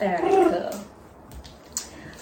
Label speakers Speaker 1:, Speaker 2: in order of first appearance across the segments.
Speaker 1: Alright, cool.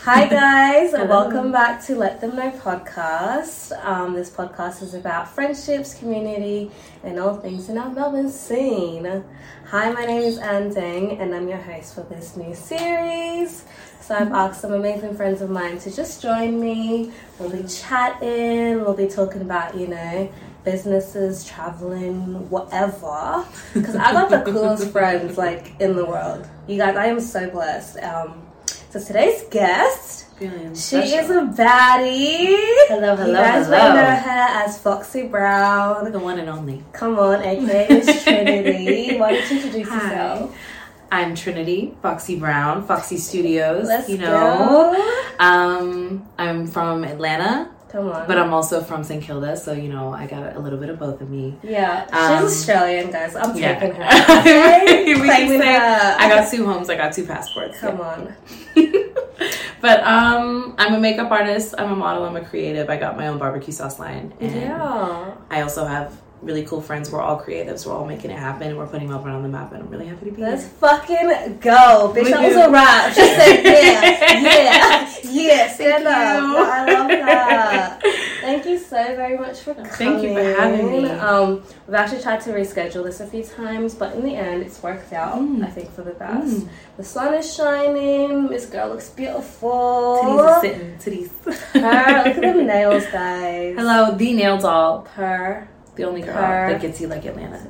Speaker 1: Hi guys, and welcome back to Let Them Know podcast. Um, this podcast is about friendships, community, and all things in our Melbourne scene. Hi, my name is Anne Deng, and I'm your host for this new series. So I've asked some amazing friends of mine to just join me. We'll be chatting. We'll be talking about you know businesses, traveling, whatever. Because I got the coolest friends like in the world. You guys, I am so blessed. Um, so today's guest,
Speaker 2: Feeling
Speaker 1: she is
Speaker 2: special.
Speaker 1: a baddie.
Speaker 2: Hello,
Speaker 1: you
Speaker 2: hello,
Speaker 1: guys may
Speaker 2: hello.
Speaker 1: know her as Foxy Brown.
Speaker 2: the one and only.
Speaker 1: Come on, aka Miss Trinity. Why don't you introduce
Speaker 2: Hi.
Speaker 1: yourself?
Speaker 2: I'm Trinity Foxy Brown, Foxy Studios.
Speaker 1: Let's
Speaker 2: you know,
Speaker 1: go.
Speaker 2: um, I'm from Atlanta,
Speaker 1: Come on.
Speaker 2: but I'm also from St Kilda, so you know, I got a little bit of both of me.
Speaker 1: yeah,
Speaker 2: Um,
Speaker 1: she's Australian, guys. I'm
Speaker 2: yeah.
Speaker 1: taking her. Okay?
Speaker 2: We keep
Speaker 1: Claiming
Speaker 2: saying,
Speaker 1: her.
Speaker 2: I got two homes. I got two passports.
Speaker 1: Come on.
Speaker 2: but um, I'm a makeup artist. I'm a model. I'm a creative. I got my own barbecue sauce line. And
Speaker 1: Yeah.
Speaker 2: I also have really cool friends. We're all creatives. We're all making it happen. We're putting Melbourne on the map, and I'm really happy to be here.
Speaker 1: Let's fucking go. Bitch,
Speaker 2: We
Speaker 1: that was
Speaker 2: do.
Speaker 1: a wrap. She said, yeah, yeah, yeah, stand
Speaker 2: Thank
Speaker 1: up.
Speaker 2: you.
Speaker 1: No, I love that. Thank you so very much for coming.
Speaker 2: Thank you for having me.
Speaker 1: Um, we've actually tried to reschedule this a few times, but in the end, it's worked out,
Speaker 2: Mm.
Speaker 1: I think, for the best. The sun is shining. This girl looks beautiful.
Speaker 2: Titties are sitting. Titties.
Speaker 1: Her, look at them nails, guys.
Speaker 2: Hello, the nail doll.
Speaker 1: Her.
Speaker 2: The only girl
Speaker 1: Her.
Speaker 2: that gets you like Atlanta.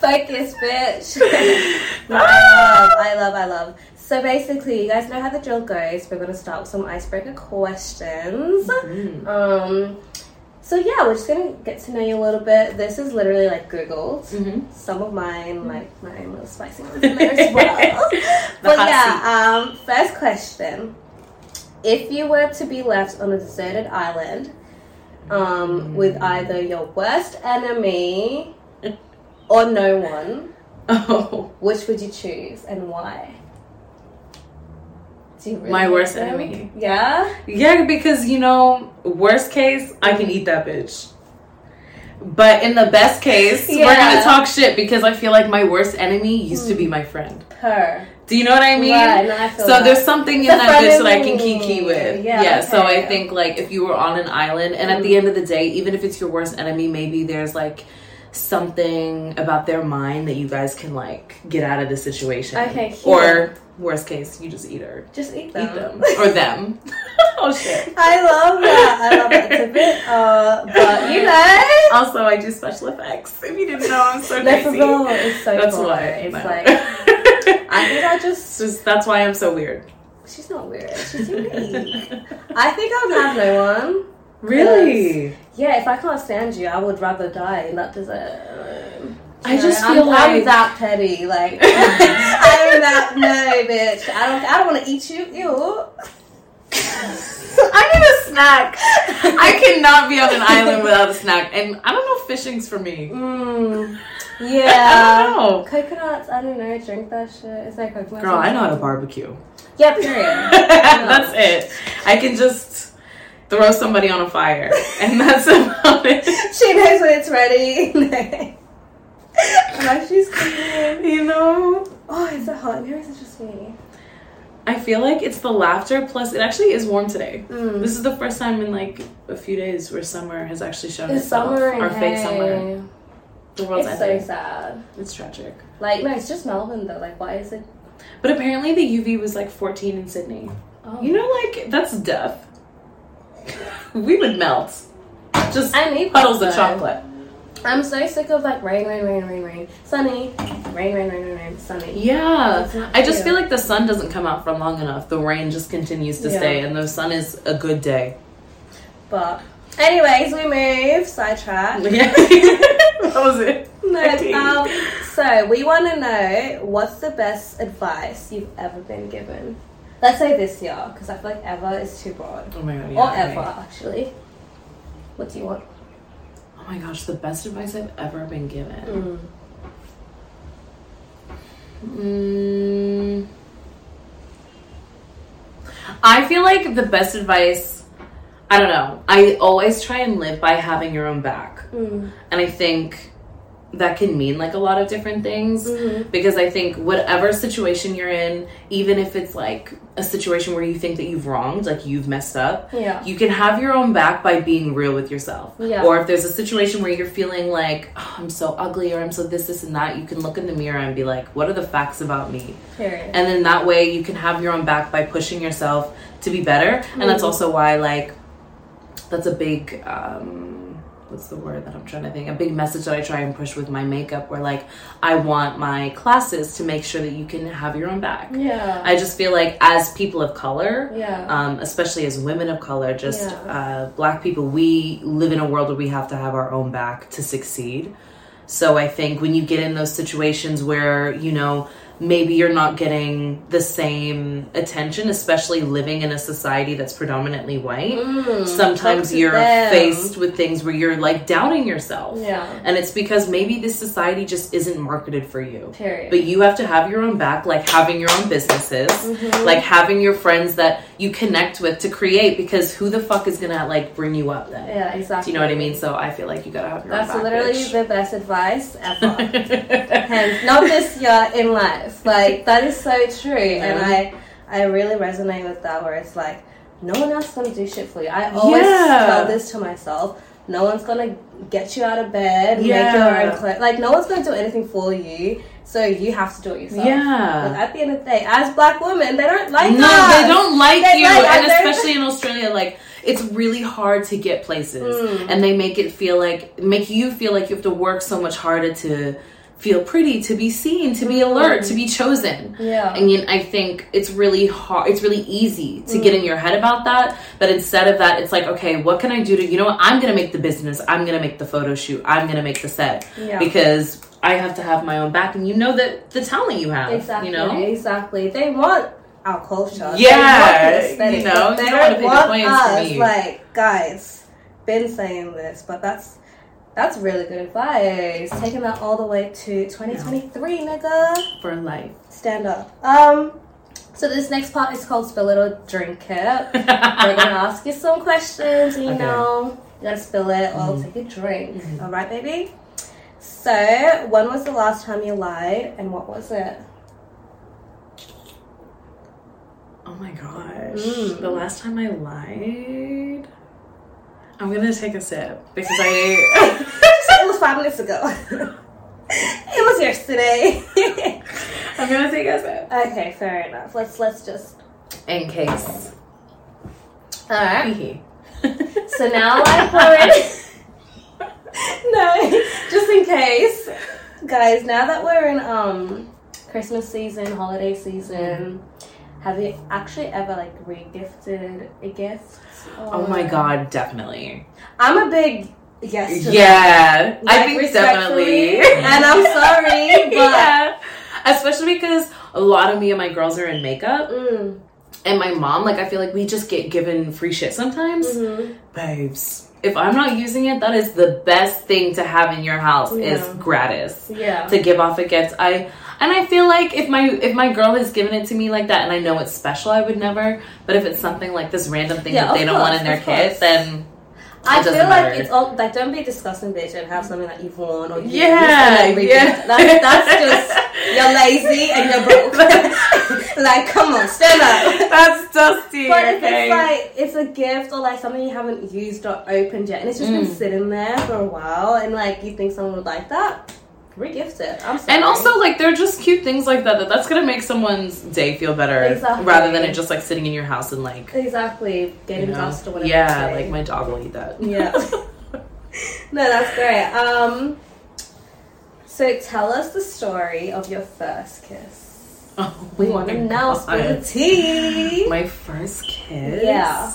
Speaker 1: Focus, bitch. No, I love, I love, I love. So basically, you guys know how the drill goes. We're gonna start with some icebreaker questions.
Speaker 2: Mm.
Speaker 1: Um, so yeah, we're just gonna get to know you a little bit. This is literally like Googled.
Speaker 2: Mhm.
Speaker 1: Some of mine, like my own little spicy ones in there as well. but
Speaker 2: hot
Speaker 1: yeah, um, first question: If you were to be left on a deserted island um, with either your worst enemy or no one,
Speaker 2: Oh,
Speaker 1: which would you choose and why? Do you really
Speaker 2: My
Speaker 1: like
Speaker 2: worst
Speaker 1: them?
Speaker 2: enemy.
Speaker 1: Yeah.
Speaker 2: yeah, because you know, worst case, I can eat that bitch. But in the best case, we're
Speaker 1: Yeah.
Speaker 2: gonna talk shit because I feel like my worst enemy used to be my friend.
Speaker 1: Her.
Speaker 2: Do you know what I mean?
Speaker 1: Right, no, I feel
Speaker 2: So
Speaker 1: that.
Speaker 2: there's something in
Speaker 1: The
Speaker 2: that bitch that I
Speaker 1: frenemy.
Speaker 2: can kiki with.
Speaker 1: Yeah,
Speaker 2: Yeah. So
Speaker 1: okay.
Speaker 2: I think like if you were on an island, and at the end of the day, even if it's your worst enemy, maybe there's like something about their mind that you guys can like get out of the situation.
Speaker 1: Okay, here.
Speaker 2: Or worst case, you just eat her,
Speaker 1: Just eat
Speaker 2: eat them, or them. oh shit.
Speaker 1: I love that. I love that. It's a bit, uh, but you know,
Speaker 2: Also, I do special effects. If you didn't know, Oh, I'm so
Speaker 1: that's
Speaker 2: crazy.
Speaker 1: all. It's so
Speaker 2: That's
Speaker 1: cool.
Speaker 2: why.
Speaker 1: It's
Speaker 2: No.
Speaker 1: like I think I
Speaker 2: It's
Speaker 1: just.
Speaker 2: just that's why I'm so weird.
Speaker 1: She's not weird. She's unique. I think I would have no one.
Speaker 2: Really?
Speaker 1: Yeah, if I can't stand you, I would rather die in that desert.
Speaker 2: I just
Speaker 1: I'm-
Speaker 2: feel
Speaker 1: I'm,
Speaker 2: like
Speaker 1: that petty. Like I'm that no bitch. I don't. I don't want to eat you. Ew.
Speaker 2: I need a snack. I cannot be on an island without a snack, and I don't know. if Fishing's for me.
Speaker 1: Mm,
Speaker 2: I
Speaker 1: yeah.
Speaker 2: don't know.
Speaker 1: Coconuts, I don't know, drink that shit. It's like coconuts.
Speaker 2: Girl, I know how to barbecue.
Speaker 1: Yeah, period.
Speaker 2: that's it. I can just throw somebody on a fire, and that's about it.
Speaker 1: she knows when it's ready. Why she's cleaning.
Speaker 2: You know,
Speaker 1: Oh, is it hot in here? Is it just me?
Speaker 2: I feel like it's the laughter. Plus, it actually is warm today.
Speaker 1: Mm.
Speaker 2: This is the first time in like a few days where summer has actually shown
Speaker 1: It's
Speaker 2: itself.
Speaker 1: summer
Speaker 2: or
Speaker 1: and
Speaker 2: fake
Speaker 1: hey.
Speaker 2: summer. The world's
Speaker 1: It's so
Speaker 2: ending.
Speaker 1: sad.
Speaker 2: it's tragic.
Speaker 1: Like, no, it's just Melbourne though. Like, why is it?
Speaker 2: But apparently, the UV was like 14 in Sydney.
Speaker 1: Oh.
Speaker 2: You know, like that's death. we would melt. Just
Speaker 1: I need
Speaker 2: puddles
Speaker 1: that
Speaker 2: of
Speaker 1: though.
Speaker 2: chocolate.
Speaker 1: I'm so sick of like rain, rain, rain, rain, rain, sunny, rain, rain, rain, rain, rain, sunny. That's
Speaker 2: Yeah,
Speaker 1: not
Speaker 2: I just
Speaker 1: true.
Speaker 2: feel like the sun doesn't come out for long enough. The rain just continues to
Speaker 1: Yeah.
Speaker 2: stay, and the sun is a good day.
Speaker 1: But, anyways, we move sidetrack.
Speaker 2: Yeah, that was it.
Speaker 1: No,
Speaker 2: Okay.
Speaker 1: um, so we want to know what's the best advice you've ever been given? Let's say this year, because I feel like ever is too broad.
Speaker 2: Oh my god.
Speaker 1: or
Speaker 2: yeah,
Speaker 1: ever,
Speaker 2: right.
Speaker 1: actually. What do you want?
Speaker 2: Oh my gosh, the best advice I've ever been given.
Speaker 1: Mm.
Speaker 2: Mm. I feel like the best advice. I don't know. I always try and live by having your own back.
Speaker 1: Mm.
Speaker 2: And I think that can mean like a lot of different things
Speaker 1: Mhm.
Speaker 2: because I think whatever situation you're in, even if it's like a situation where you think that you've wronged, like you've messed up,
Speaker 1: Yeah.
Speaker 2: you can have your own back by being real with yourself.
Speaker 1: Yeah.
Speaker 2: Or if there's a situation where you're feeling like, oh, I'm so ugly or I'm so this, this, and that, you can look in the mirror and be like, what are the facts about me?
Speaker 1: Period.
Speaker 2: And then that way you can have your own back by pushing yourself to be better. And that's
Speaker 1: Mhm.
Speaker 2: also why, like, that's a big, um, what's the word that I'm trying to think? A big message that I try and push with my makeup, where, like, I want my classes to make sure that you can have your own back.
Speaker 1: Yeah.
Speaker 2: I just feel like as people of color,
Speaker 1: yeah.
Speaker 2: um, especially as women of color, just
Speaker 1: Yeah.
Speaker 2: uh, black people, we live in a world where we have to have our own back to succeed. So I think when you get in those situations where, you know, maybe you're not getting the same attention, especially living in a society that's predominantly white,
Speaker 1: Mm,
Speaker 2: sometimes
Speaker 1: talk to
Speaker 2: you're
Speaker 1: them.
Speaker 2: faced with things where you're like doubting yourself.
Speaker 1: Yeah.
Speaker 2: And it's because maybe this society just isn't marketed for you.
Speaker 1: Period.
Speaker 2: But you have to have your own back, like having your own businesses,
Speaker 1: Mhm.
Speaker 2: like having your friends that you connect with to create. Because who the fuck is gonna like bring you up then?
Speaker 1: yeah,
Speaker 2: Do
Speaker 1: exactly.
Speaker 2: you know what I mean? So I feel like you gotta have your
Speaker 1: That's
Speaker 2: own
Speaker 1: literally
Speaker 2: back.
Speaker 1: the best advice ever.
Speaker 2: literally
Speaker 1: Hence, not this year in life. Like that is so true, and I I really resonate with that. Where it's like, no one else is gonna do shit for you. I always
Speaker 2: Yeah.
Speaker 1: tell this to myself. No one's gonna get you out of bed, make your
Speaker 2: Yeah.
Speaker 1: own clothes. Like no one's gonna do anything for you, so you have to do it yourself. But
Speaker 2: yeah.
Speaker 1: at the end of the day, as black women, they don't like
Speaker 2: no,
Speaker 1: us.
Speaker 2: they don't like
Speaker 1: They
Speaker 2: you,
Speaker 1: like-
Speaker 2: and
Speaker 1: and they're-
Speaker 2: especially in Australia, like it's really hard to get places,
Speaker 1: Mm.
Speaker 2: and they make it feel like make you feel like you have to work so much harder to feel pretty, to be seen, to be alert,
Speaker 1: Mm-hmm.
Speaker 2: to be chosen.
Speaker 1: Yeah.
Speaker 2: I mean, I think it's really hard. It's really easy to get in
Speaker 1: Mm.
Speaker 2: your head about that. But instead of that, it's like, okay, what can I do to, you know what? I'm going to make the business. I'm going to make the photo shoot. I'm going to make the set
Speaker 1: Yeah.
Speaker 2: because I have to have my own back. And you know that the talent you have,
Speaker 1: Exactly.
Speaker 2: you know?
Speaker 1: Exactly. They want our culture.
Speaker 2: Yeah,
Speaker 1: They want the aesthetic,
Speaker 2: you know,
Speaker 1: but they
Speaker 2: you don't
Speaker 1: don't
Speaker 2: wanna
Speaker 1: want
Speaker 2: pick the plans for
Speaker 1: us.
Speaker 2: me.
Speaker 1: Like, guys, been saying this, but that's that's really good advice. Taking that all the way to 2023, nigga.
Speaker 2: For life.
Speaker 1: Stand up. Um. So this next part is called spill it or drink it. We're gonna ask you some questions. You
Speaker 2: Okay. Mm-hmm.
Speaker 1: know, you gotta spill it or take a drink. All right, baby. So, when was the last time you lied, and what was it?
Speaker 2: oh my gosh.
Speaker 1: Mm.
Speaker 2: The last time I lied, I'm going to take a sip because I.
Speaker 1: it was five minutes ago. it was yesterday.
Speaker 2: I'm going to take a sip.
Speaker 1: okay, fair enough. Let's let's just.
Speaker 2: In case.
Speaker 1: All right. So
Speaker 2: so
Speaker 1: now I pour in. no, just in case, guys. Now that we're in um Christmas season, holiday season, have you actually ever like regifted a gift?
Speaker 2: Oh my
Speaker 1: Or-
Speaker 2: god, definitely.
Speaker 1: I'm a big yes. To that.
Speaker 2: Yeah, I
Speaker 1: Like,
Speaker 2: think
Speaker 1: respectfully,
Speaker 2: definitely.
Speaker 1: and I'm sorry, but.
Speaker 2: yeah. Especially because a lot of me and my girls are in makeup,
Speaker 1: Mm,
Speaker 2: and my mom, like, I feel like we just get given free shit sometimes.
Speaker 1: mhm.
Speaker 2: Babes, if I'm not using it, that is the best thing to have in your house
Speaker 1: Yeah.
Speaker 2: is gratis
Speaker 1: Yeah.
Speaker 2: to give off a gift. I and I feel like if my if my girl has given it to me like that, and I know it's special, I would never. But if it's something like this random thing
Speaker 1: Yeah,
Speaker 2: that they
Speaker 1: of
Speaker 2: don't want
Speaker 1: course,
Speaker 2: in their
Speaker 1: of course.
Speaker 2: kit, then
Speaker 1: I
Speaker 2: It
Speaker 1: feel
Speaker 2: doesn't
Speaker 1: like
Speaker 2: matter.
Speaker 1: it's all like don't be a disgusting bitch and have something that you've worn or you
Speaker 2: Yeah,
Speaker 1: used and then redo.
Speaker 2: yeah.
Speaker 1: That's, that's just you're lazy and you're broke. like, come on, stand up.
Speaker 2: That's dusty.
Speaker 1: But if
Speaker 2: okay.
Speaker 1: it's like it's a gift or like something you haven't used or opened yet, and it's just
Speaker 2: Mm.
Speaker 1: been sitting there for a while, and like you think someone would like that, regift it. I'm sorry.
Speaker 2: and also, like, they're just cute things like that. that that's gonna make someone's day feel better,
Speaker 1: Exactly.
Speaker 2: rather than it just like sitting in your house and like,
Speaker 1: exactly
Speaker 2: you
Speaker 1: getting
Speaker 2: know,
Speaker 1: dust or whatever.
Speaker 2: yeah,
Speaker 1: you say.
Speaker 2: like my dog will eat that.
Speaker 1: Yeah. No, that's great. Um, so tell us the story of your first kiss.
Speaker 2: oh,
Speaker 1: We want to know spill the tea.
Speaker 2: My first kiss.
Speaker 1: Yeah.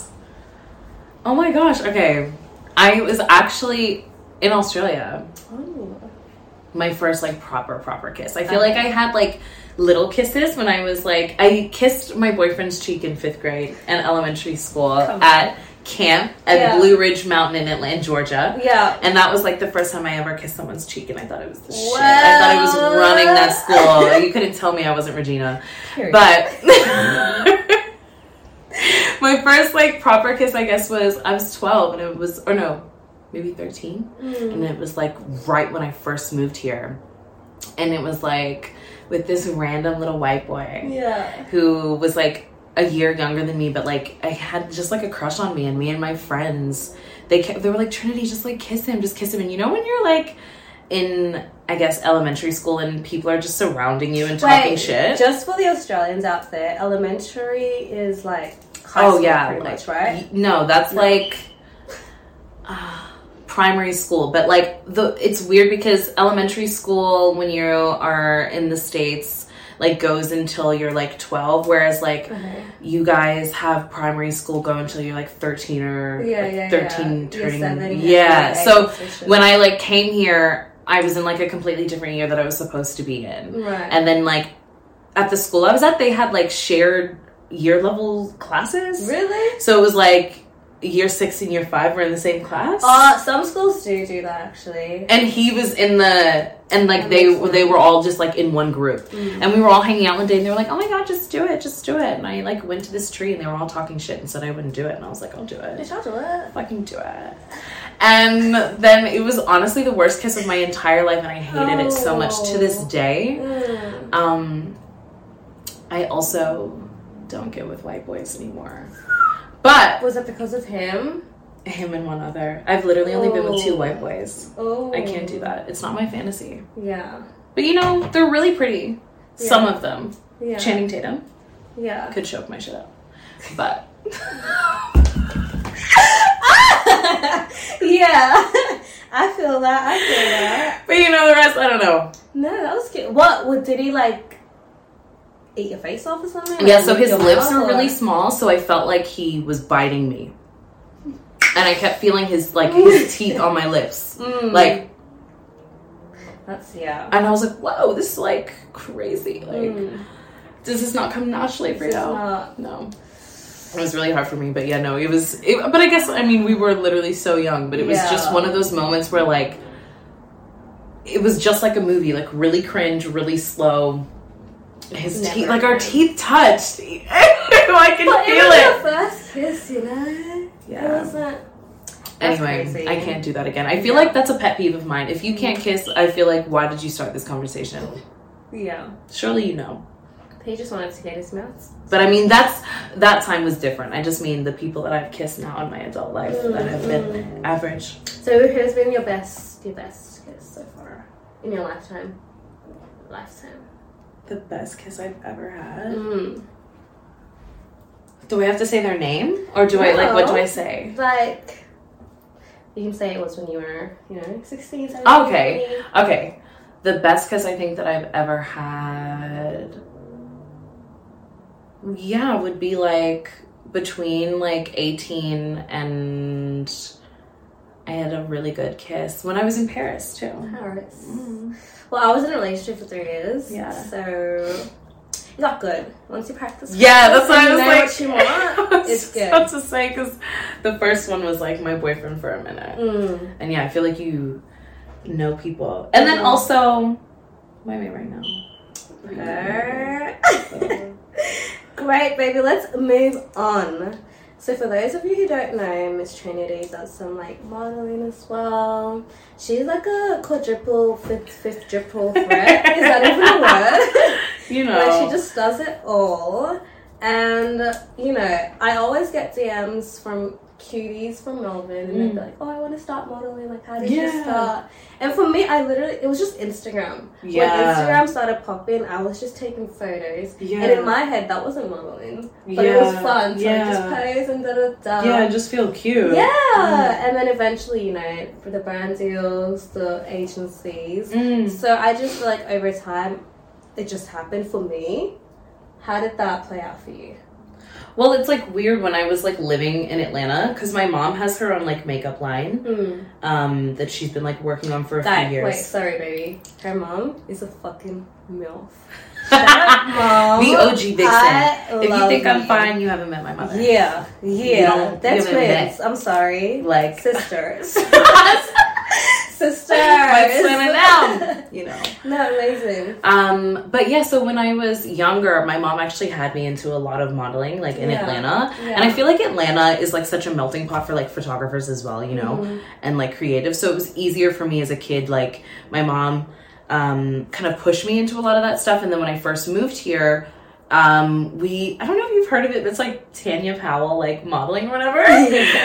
Speaker 2: Oh my gosh. Okay, I was actually in Australia.
Speaker 1: Oh,
Speaker 2: my first like proper proper kiss. I feel
Speaker 1: Okay.
Speaker 2: like I had like little kisses when I was like I kissed my boyfriend's cheek in fifth grade and elementary school
Speaker 1: Come on.
Speaker 2: at camp at
Speaker 1: Yeah.
Speaker 2: Blue Ridge Mountain in Atlanta, Georgia.
Speaker 1: yeah.
Speaker 2: And that was like the first time I ever kissed someone's cheek, and I thought it was the shit. I thought I was running that
Speaker 1: Well.
Speaker 2: school. you couldn't tell me I wasn't Regina.
Speaker 1: Period.
Speaker 2: But my first like proper kiss, I guess, was I was twelve, and it was or no, maybe 13 and it was like right when I first moved here, and it was like with this random little white
Speaker 1: Mm.
Speaker 2: boy
Speaker 1: Yeah.
Speaker 2: who was like a year younger than me, but like I had just like a crush on me, and me and my friends they kept, they were like Trinity, just like kiss him, just kiss him, and you know when you're like in I guess elementary school and people are just surrounding you and talking
Speaker 1: Wait,
Speaker 2: shit.
Speaker 1: Just for the Australians out there, elementary is like high
Speaker 2: Oh,
Speaker 1: school
Speaker 2: yeah,
Speaker 1: pretty
Speaker 2: like,
Speaker 1: much, right?
Speaker 2: Y- No, that's
Speaker 1: No.
Speaker 2: like uh, primary school, but like the it's weird because elementary school when you are in the states like goes until you're like 12 whereas like
Speaker 1: Okay.
Speaker 2: you guys have primary school go until you're like 13 or
Speaker 1: Yeah,
Speaker 2: like,
Speaker 1: yeah,
Speaker 2: 13
Speaker 1: yeah. You're
Speaker 2: turning
Speaker 1: seven, you're
Speaker 2: yeah
Speaker 1: eight,
Speaker 2: so
Speaker 1: six,
Speaker 2: when i like came here i was in like a completely different year that i was supposed to be in
Speaker 1: right.
Speaker 2: and then like at the school i was at they had like shared year level classes
Speaker 1: really?
Speaker 2: so it was like year six and year five were in the same class.
Speaker 1: Uh, some schools do do that actually.
Speaker 2: and he was in the and like
Speaker 1: That
Speaker 2: they
Speaker 1: makes sense.
Speaker 2: they were all just like in one group.
Speaker 1: Mm.
Speaker 2: And we were all hanging out one day and they were like, Oh my god, just do it, just do it. And I like went to this tree and they were all talking shit and said I wouldn't do it and I was like, I'll do it.
Speaker 1: Did y'all do it?
Speaker 2: Fucking do it. And then it was honestly the worst kiss of my entire life and I hated it so much to this
Speaker 1: Oh.
Speaker 2: day.
Speaker 1: Mm.
Speaker 2: Um I also don't get with white boys anymore. But
Speaker 1: Was it because of him?
Speaker 2: him and one other. I've literally only been with two white boys.
Speaker 1: Oh,
Speaker 2: I can't do that. It's not my fantasy.
Speaker 1: Yeah,
Speaker 2: But you know, they're really pretty. Some of them.
Speaker 1: yeah,
Speaker 2: Channing Tatum
Speaker 1: yeah.
Speaker 2: could choke my shit up. But
Speaker 1: yeah, I feel that. I feel that.
Speaker 2: but you know the rest, I don't know.
Speaker 1: No, that was cute. What? What did he like? Eat your face off or something? Like,
Speaker 2: Yeah, so
Speaker 1: lick
Speaker 2: his
Speaker 1: your
Speaker 2: lips
Speaker 1: mouth
Speaker 2: were
Speaker 1: or-
Speaker 2: really small, so I felt like he was biting me. And I kept feeling his like his teeth on my lips.
Speaker 1: Mm,
Speaker 2: Like
Speaker 1: that's yeah.
Speaker 2: and I was like, Whoa, this is like crazy. Like
Speaker 1: Mm,
Speaker 2: does Hmm. this not come naturally for
Speaker 1: this
Speaker 2: you?
Speaker 1: is not-
Speaker 2: No. It was really hard for me, but yeah, no, it was. It, but I guess, I mean, we were literally so young, but it was
Speaker 1: Yeah.
Speaker 2: just one of those moments where, like, it was just like a movie, like, really cringe, really slow. His
Speaker 1: Never
Speaker 2: teeth, like, our
Speaker 1: cringe.
Speaker 2: teeth touched. I can
Speaker 1: But
Speaker 2: feel
Speaker 1: was
Speaker 2: it.
Speaker 1: your first kiss, you know. It
Speaker 2: Yeah.
Speaker 1: wasn't. That's
Speaker 2: Anyway,
Speaker 1: crazy.
Speaker 2: I can't do that again. I feel
Speaker 1: Yeah.
Speaker 2: like that's a pet peeve of mine. If you can't kiss, I feel like, why did you start this conversation?
Speaker 1: Yeah,
Speaker 2: Surely you know.
Speaker 1: he just wanted to get his mouth.
Speaker 2: But I mean, that's that time was different. I just mean the people that I've kissed now in my adult life that have
Speaker 1: Mm.
Speaker 2: been average.
Speaker 1: So, who's been your best, your best kiss so far in your lifetime? Lifetime.
Speaker 2: The best kiss I've ever had.
Speaker 1: Mm.
Speaker 2: Do I have to say their name, or do I like what do I
Speaker 1: No.
Speaker 2: say?
Speaker 1: Like, you can say it was when you were, you know, sixteen. 17,
Speaker 2: Okay.
Speaker 1: 18.
Speaker 2: Okay, the best kiss I think that I've ever had. Yeah, would be like between like eighteen and. I had a really good kiss when I was in Paris too.
Speaker 1: Paris.
Speaker 2: Mm.
Speaker 1: Well, I was in a relationship for three years.
Speaker 2: Yeah.
Speaker 1: So it's not good. Once you practice,
Speaker 2: Yeah, that's
Speaker 1: practice
Speaker 2: what I
Speaker 1: and
Speaker 2: was
Speaker 1: you
Speaker 2: like.
Speaker 1: know What you want.
Speaker 2: I was
Speaker 1: it's good.
Speaker 2: About to say because the first one was like my boyfriend for a minute,
Speaker 1: Mm.
Speaker 2: and yeah, I feel like you know people, and then
Speaker 1: Mhm.
Speaker 2: also why am I right now?
Speaker 1: Her. Mm. Great, baby. Let's move on. So, for those of you who don't know, Miss Trinity does some like modeling as well. She's like a quadruple, fifth, fifth, triple threat. Is that even a word?
Speaker 2: You know,
Speaker 1: Like she just does it all. And you know, I always get DMs from cuties from Melbourne and they'd be
Speaker 2: Mm.
Speaker 1: like, Oh, I want to start modeling, like how did you
Speaker 2: Yeah.
Speaker 1: start? And for me I literally it was just Instagram. When
Speaker 2: yeah,
Speaker 1: Instagram started popping, I was just taking photos.
Speaker 2: yeah,
Speaker 1: And in my head that wasn't modeling. But it was fun. So I just pose and da da da.
Speaker 2: yeah, just feel cute.
Speaker 1: Yeah,
Speaker 2: Mm.
Speaker 1: and then eventually, you know, for the brand deals, the agencies,
Speaker 2: Mm.
Speaker 1: so I just feel like over time, it just happened for me. How did that play out for you?
Speaker 2: Well, it's like weird when I was like living in Atlanta because my mom has her own like makeup line um, that she's been like working on for a
Speaker 1: That
Speaker 2: few
Speaker 1: wait,
Speaker 2: years.
Speaker 1: sorry, baby. Her mom is a fucking milf. Shut up, mom.
Speaker 2: the OG Vixen.
Speaker 1: I
Speaker 2: If you
Speaker 1: love
Speaker 2: think I'm
Speaker 1: you.
Speaker 2: fine, you haven't met my mother.
Speaker 1: yeah,
Speaker 2: You
Speaker 1: yeah,
Speaker 2: don't-
Speaker 1: that's
Speaker 2: you haven't
Speaker 1: twins. I'm sorry,
Speaker 2: Like
Speaker 1: sisters. sister.
Speaker 2: like swimming down, you know.
Speaker 1: No, amazing.
Speaker 2: Um, but yeah, so when I was younger, my mom actually had me into a lot of modeling, like in
Speaker 1: Yeah.
Speaker 2: Atlanta.
Speaker 1: Yeah.
Speaker 2: And I feel like Atlanta is like such a melting pot for like photographers as well, you know, and like creative. So it was easier for me as a kid. Like my mom um, kind of pushed me into a lot of that stuff. And then when I first moved here, um, we I don't know if you've heard of it, but it's like Tanya Powell like modeling or whatever.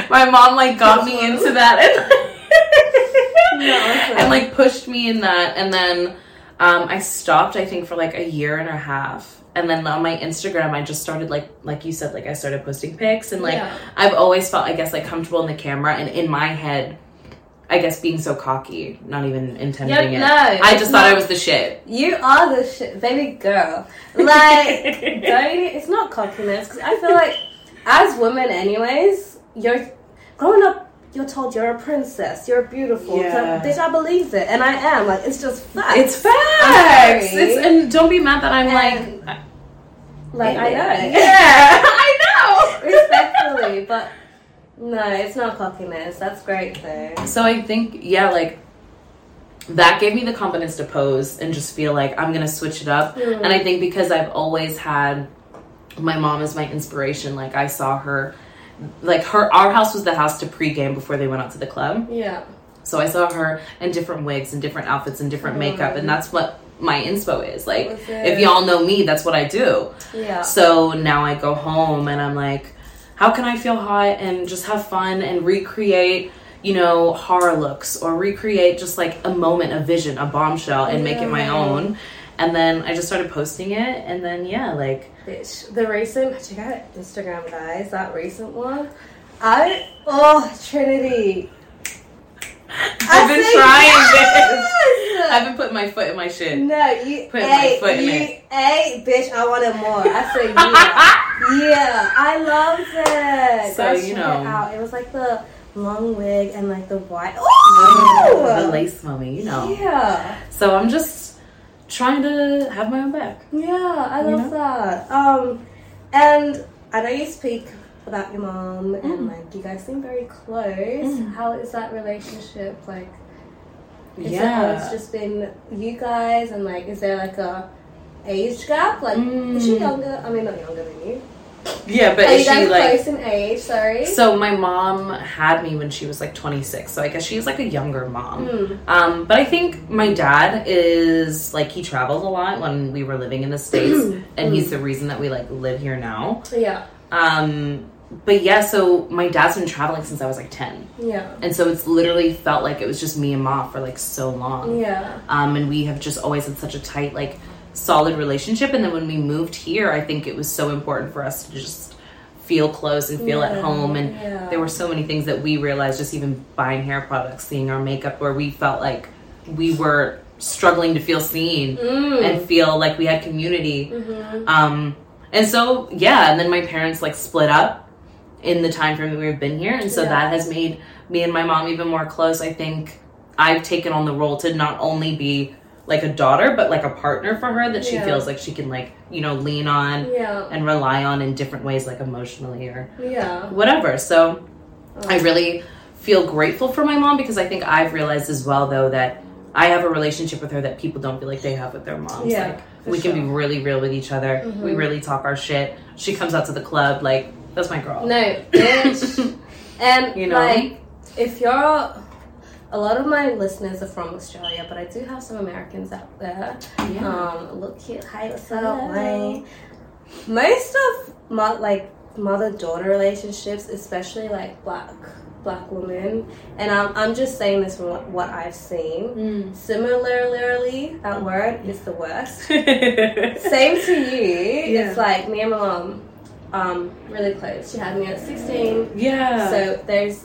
Speaker 2: my mom like got me into that and,
Speaker 1: No, awesome.
Speaker 2: and like pushed me in that and then um, I stopped I think for like a year and a half and then on my Instagram I just started like like you said like I started posting pics and like
Speaker 1: Yeah.
Speaker 2: I've always felt I guess like comfortable in the camera and in my head I guess being so cocky not even intending
Speaker 1: Yeah,
Speaker 2: it
Speaker 1: no,
Speaker 2: I just
Speaker 1: it's
Speaker 2: thought I
Speaker 1: not-
Speaker 2: was the shit
Speaker 1: You are the shit, baby girl. Like, don't. It's not cockiness because I feel like, as women, anyways, you're growing up. You're told you're a princess. You're beautiful.
Speaker 2: Yeah.
Speaker 1: So, bitch, I believe it, and I am. Like, it's just facts.
Speaker 2: it's
Speaker 1: I'm
Speaker 2: facts
Speaker 1: sorry.
Speaker 2: it's, and don't be mad that I'm
Speaker 1: And-
Speaker 2: like
Speaker 1: like I know.
Speaker 2: yeah I know
Speaker 1: respectfully, but no, it's not cockiness. That's great though.
Speaker 2: So I think, yeah, like that gave me the confidence to pose and just feel like I'm gonna switch it up.
Speaker 1: Mm.
Speaker 2: And I think because I've always had my mom as my inspiration, like I saw her, like her, our house was the house to pregame before they went out to the club.
Speaker 1: Yeah.
Speaker 2: So I saw her in different wigs and different outfits and different makeup, and that's what my inspo is. Like,
Speaker 1: Mm. That's it.
Speaker 2: if y'all know me, that's what I do.
Speaker 1: Yeah.
Speaker 2: So now I go home and I'm like, how can I feel hot and just have fun and recreate, you know, horror looks or recreate just like a moment, a vision, a bombshell and make it my
Speaker 1: Yeah.
Speaker 2: own. And then I just started posting it and then yeah, like
Speaker 1: Bitch. The recent check out Instagram guys, that recent one. I oh Trinity.
Speaker 2: I've been
Speaker 1: say
Speaker 2: trying this.
Speaker 1: yes!
Speaker 2: I've been putting my foot in my shit.
Speaker 1: No, you
Speaker 2: Put my
Speaker 1: ate,
Speaker 2: foot in
Speaker 1: you
Speaker 2: it.
Speaker 1: ate, bitch. I wanted more. I said, yeah, yeah, I loved it.
Speaker 2: So,
Speaker 1: Guys,
Speaker 2: you
Speaker 1: check it
Speaker 2: know.
Speaker 1: out. it was like the long wig and like the white. Oh,
Speaker 2: The lace mommy, you know.
Speaker 1: Yeah.
Speaker 2: So I'm just trying to have my own back.
Speaker 1: Yeah, I
Speaker 2: You
Speaker 1: love
Speaker 2: know?
Speaker 1: that. Um, and I know you speak about your mom, and like you guys seem very close.
Speaker 2: Mm.
Speaker 1: How is that relationship like? Is
Speaker 2: yeah.
Speaker 1: it, it's just been you guys, and like, is there like a age gap? Like, is she
Speaker 2: Mm.
Speaker 1: younger? I mean, not younger than you.
Speaker 2: yeah, but
Speaker 1: Are
Speaker 2: is
Speaker 1: you
Speaker 2: she
Speaker 1: guys
Speaker 2: like
Speaker 1: close in age? Sorry.
Speaker 2: So my mom had me when she was like 26. So I guess she's like a younger mom.
Speaker 1: Mm.
Speaker 2: Um, but I think my dad is like he traveled a lot when we were living in the states, and he's the reason that we like live here now.
Speaker 1: Yeah,
Speaker 2: Um, but yeah, so my dad's been traveling since I was like 10,
Speaker 1: yeah,
Speaker 2: and so it's literally felt like it was just me and mom for like so long.
Speaker 1: yeah,
Speaker 2: Um, and we have just always had such a tight like solid relationship. And then when we moved here, I think it was so important for us to just feel close and feel
Speaker 1: Yeah,
Speaker 2: at home and
Speaker 1: yeah.
Speaker 2: there were so many things that we realized just even buying hair products seeing our makeup where we felt like we were struggling to feel seen
Speaker 1: Mm.
Speaker 2: and feel like we had community
Speaker 1: Mhm.
Speaker 2: um and so yeah and then my parents like split up in the time frame that we've been here and so
Speaker 1: Yeah.
Speaker 2: that has made me and my mom even more close i think i've taken on the role to not only be like a daughter but like a partner for her that she
Speaker 1: Yeah.
Speaker 2: feels like she can like you know lean on
Speaker 1: yeah,
Speaker 2: and rely on in different ways like emotionally or
Speaker 1: yeah.
Speaker 2: whatever. So I
Speaker 1: Oh.
Speaker 2: really feel grateful for my mom because I think I've realized as well though that I have a relationship with her that people don't feel like they have with their moms.
Speaker 1: Yeah,
Speaker 2: like
Speaker 1: for
Speaker 2: we can be
Speaker 1: sure. Mm-hmm.
Speaker 2: really real with each other. We really talk our shit. She comes out to the club like that's my girl.
Speaker 1: No, bitch. and
Speaker 2: You know?
Speaker 1: like, if you're a lot of my listeners are from Australia, but I do have some Americans out there.
Speaker 2: Yeah.
Speaker 1: Um, look here, hi, what's up,
Speaker 2: Hello.
Speaker 1: Wayne? Most of my like mother daughter relationships, especially like black black women, and I'm I'm just saying this from what, what I've seen. Similarly, that word is the worst same to you.
Speaker 2: Yeah.
Speaker 1: It's like me and my mom, um, really close. She had me at sixteen,
Speaker 2: yeah.
Speaker 1: so there's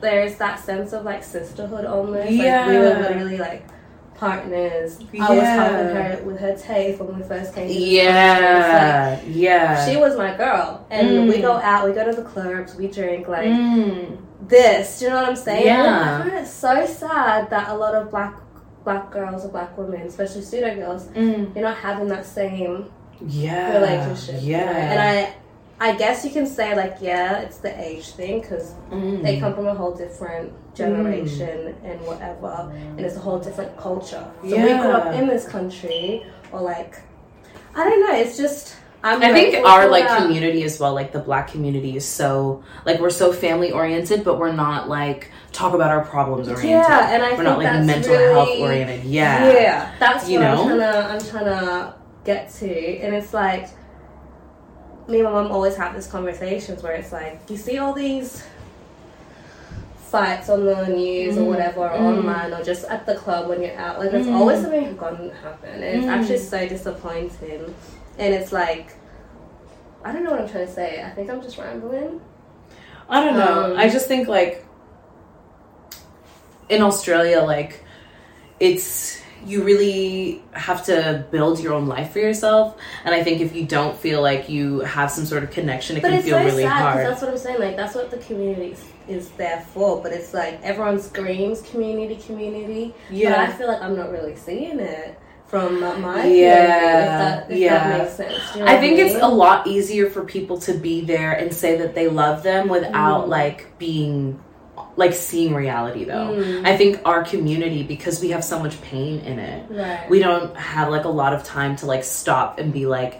Speaker 1: there's that sense of like sisterhood almost. Like we
Speaker 2: Yeah.
Speaker 1: were literally like partners. I was
Speaker 2: Yeah.
Speaker 1: helping her with her tape when we first came. to the country.
Speaker 2: yeah.
Speaker 1: It's
Speaker 2: yeah.
Speaker 1: like, she was my girl, and
Speaker 2: Mm.
Speaker 1: we go out, we go to the clubs, we drink like
Speaker 2: Mm.
Speaker 1: this. Do you know what I'm saying?
Speaker 2: Yeah.
Speaker 1: And I find it so sad that a lot of black black girls or black women, especially pseudo girls,
Speaker 2: Mm.
Speaker 1: you're not having that same
Speaker 2: Yeah.
Speaker 1: relationship. you know?
Speaker 2: Yeah.
Speaker 1: And I I guess you can say like, yeah, it's the age thing because
Speaker 2: Mm.
Speaker 1: they come from a whole different generation and whatever, and it's a whole different culture. So we grew up
Speaker 2: Yeah.
Speaker 1: in this country, or like, I don't know. It's just I'm.
Speaker 2: I think
Speaker 1: grateful
Speaker 2: our
Speaker 1: for
Speaker 2: like
Speaker 1: that.
Speaker 2: community as well, like the black community is so like we're so family oriented, but we're not like talk about our problems oriented.
Speaker 1: Yeah, and I
Speaker 2: we're
Speaker 1: think
Speaker 2: not like
Speaker 1: that's
Speaker 2: mental
Speaker 1: really,
Speaker 2: health oriented. Yeah.
Speaker 1: that's
Speaker 2: You
Speaker 1: what
Speaker 2: know?
Speaker 1: I'm trying to I'm trying to get to, and it's like me and my mom always have these conversations where it's like you see all these fights on the news or whatever, or
Speaker 2: mm.
Speaker 1: online, or just at the club when you're out. Like there's
Speaker 2: Mm.
Speaker 1: always something gonna happen, and it's
Speaker 2: Mm.
Speaker 1: actually so disappointing. And it's like I don't know what I'm trying to say. I think I'm just rambling.
Speaker 2: I don't know.
Speaker 1: Um,
Speaker 2: I just think like in Australia, like it's you really have to build your own life for yourself, and I think if you don't feel like you have some sort of connection, it
Speaker 1: But
Speaker 2: can
Speaker 1: it's
Speaker 2: feel
Speaker 1: so
Speaker 2: really
Speaker 1: sad because
Speaker 2: hard.
Speaker 1: that's what I'm saying. Like that's what the community is, is there for. But it's like everyone screams community, community. But I
Speaker 2: Yeah,
Speaker 1: feel like I'm not really seeing it from my- my
Speaker 2: Yeah,
Speaker 1: POV, If that, if
Speaker 2: yeah.
Speaker 1: that makes sense. Do you know
Speaker 2: I
Speaker 1: what
Speaker 2: think it's
Speaker 1: mean?
Speaker 2: a lot easier for people to be there and say that they love them without
Speaker 1: Mm.
Speaker 2: like being like seeing reality though.
Speaker 1: Mm,
Speaker 2: I think our community because we have so much pain in it.
Speaker 1: right.
Speaker 2: we don't have like a lot of time to like stop and be like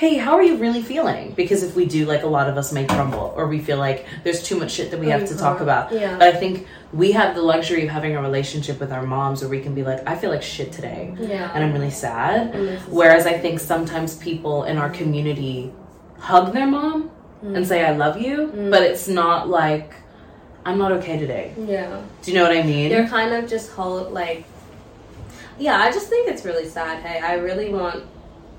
Speaker 2: hey how are you really feeling because if we do like a lot of us may crumble or we feel like there's too much shit that we have to
Speaker 1: Uh-huh.
Speaker 2: talk about
Speaker 1: Yeah.
Speaker 2: but i think we have the luxury of having a relationship with our moms where we can be like i feel like shit today
Speaker 1: yeah.
Speaker 2: and i'm really sad
Speaker 1: And this is-
Speaker 2: whereas i think sometimes people in our community hug their mom
Speaker 1: Mm.
Speaker 2: and say i love you
Speaker 1: Mm.
Speaker 2: but it's not like i'm not okay today
Speaker 1: yeah,
Speaker 2: do you know what i mean
Speaker 1: you're kind of just hold like. Yeah, I just think it's really sad. Hey, I really want.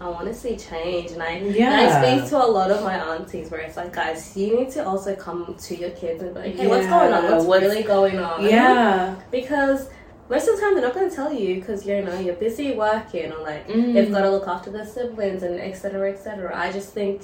Speaker 1: I want to see change, and I And I
Speaker 2: yeah
Speaker 1: speak to a lot of my aunties where it's like, guys, you need to also come to your kids and be like, hey, what's going on?
Speaker 2: Yeah,
Speaker 1: What's,
Speaker 2: what's-
Speaker 1: really going on?
Speaker 2: yeah
Speaker 1: Because most of the time they're not going to tell you because you know you're busy working or like
Speaker 2: Mm.
Speaker 1: they've got to look after their siblings and etc. etc. I just think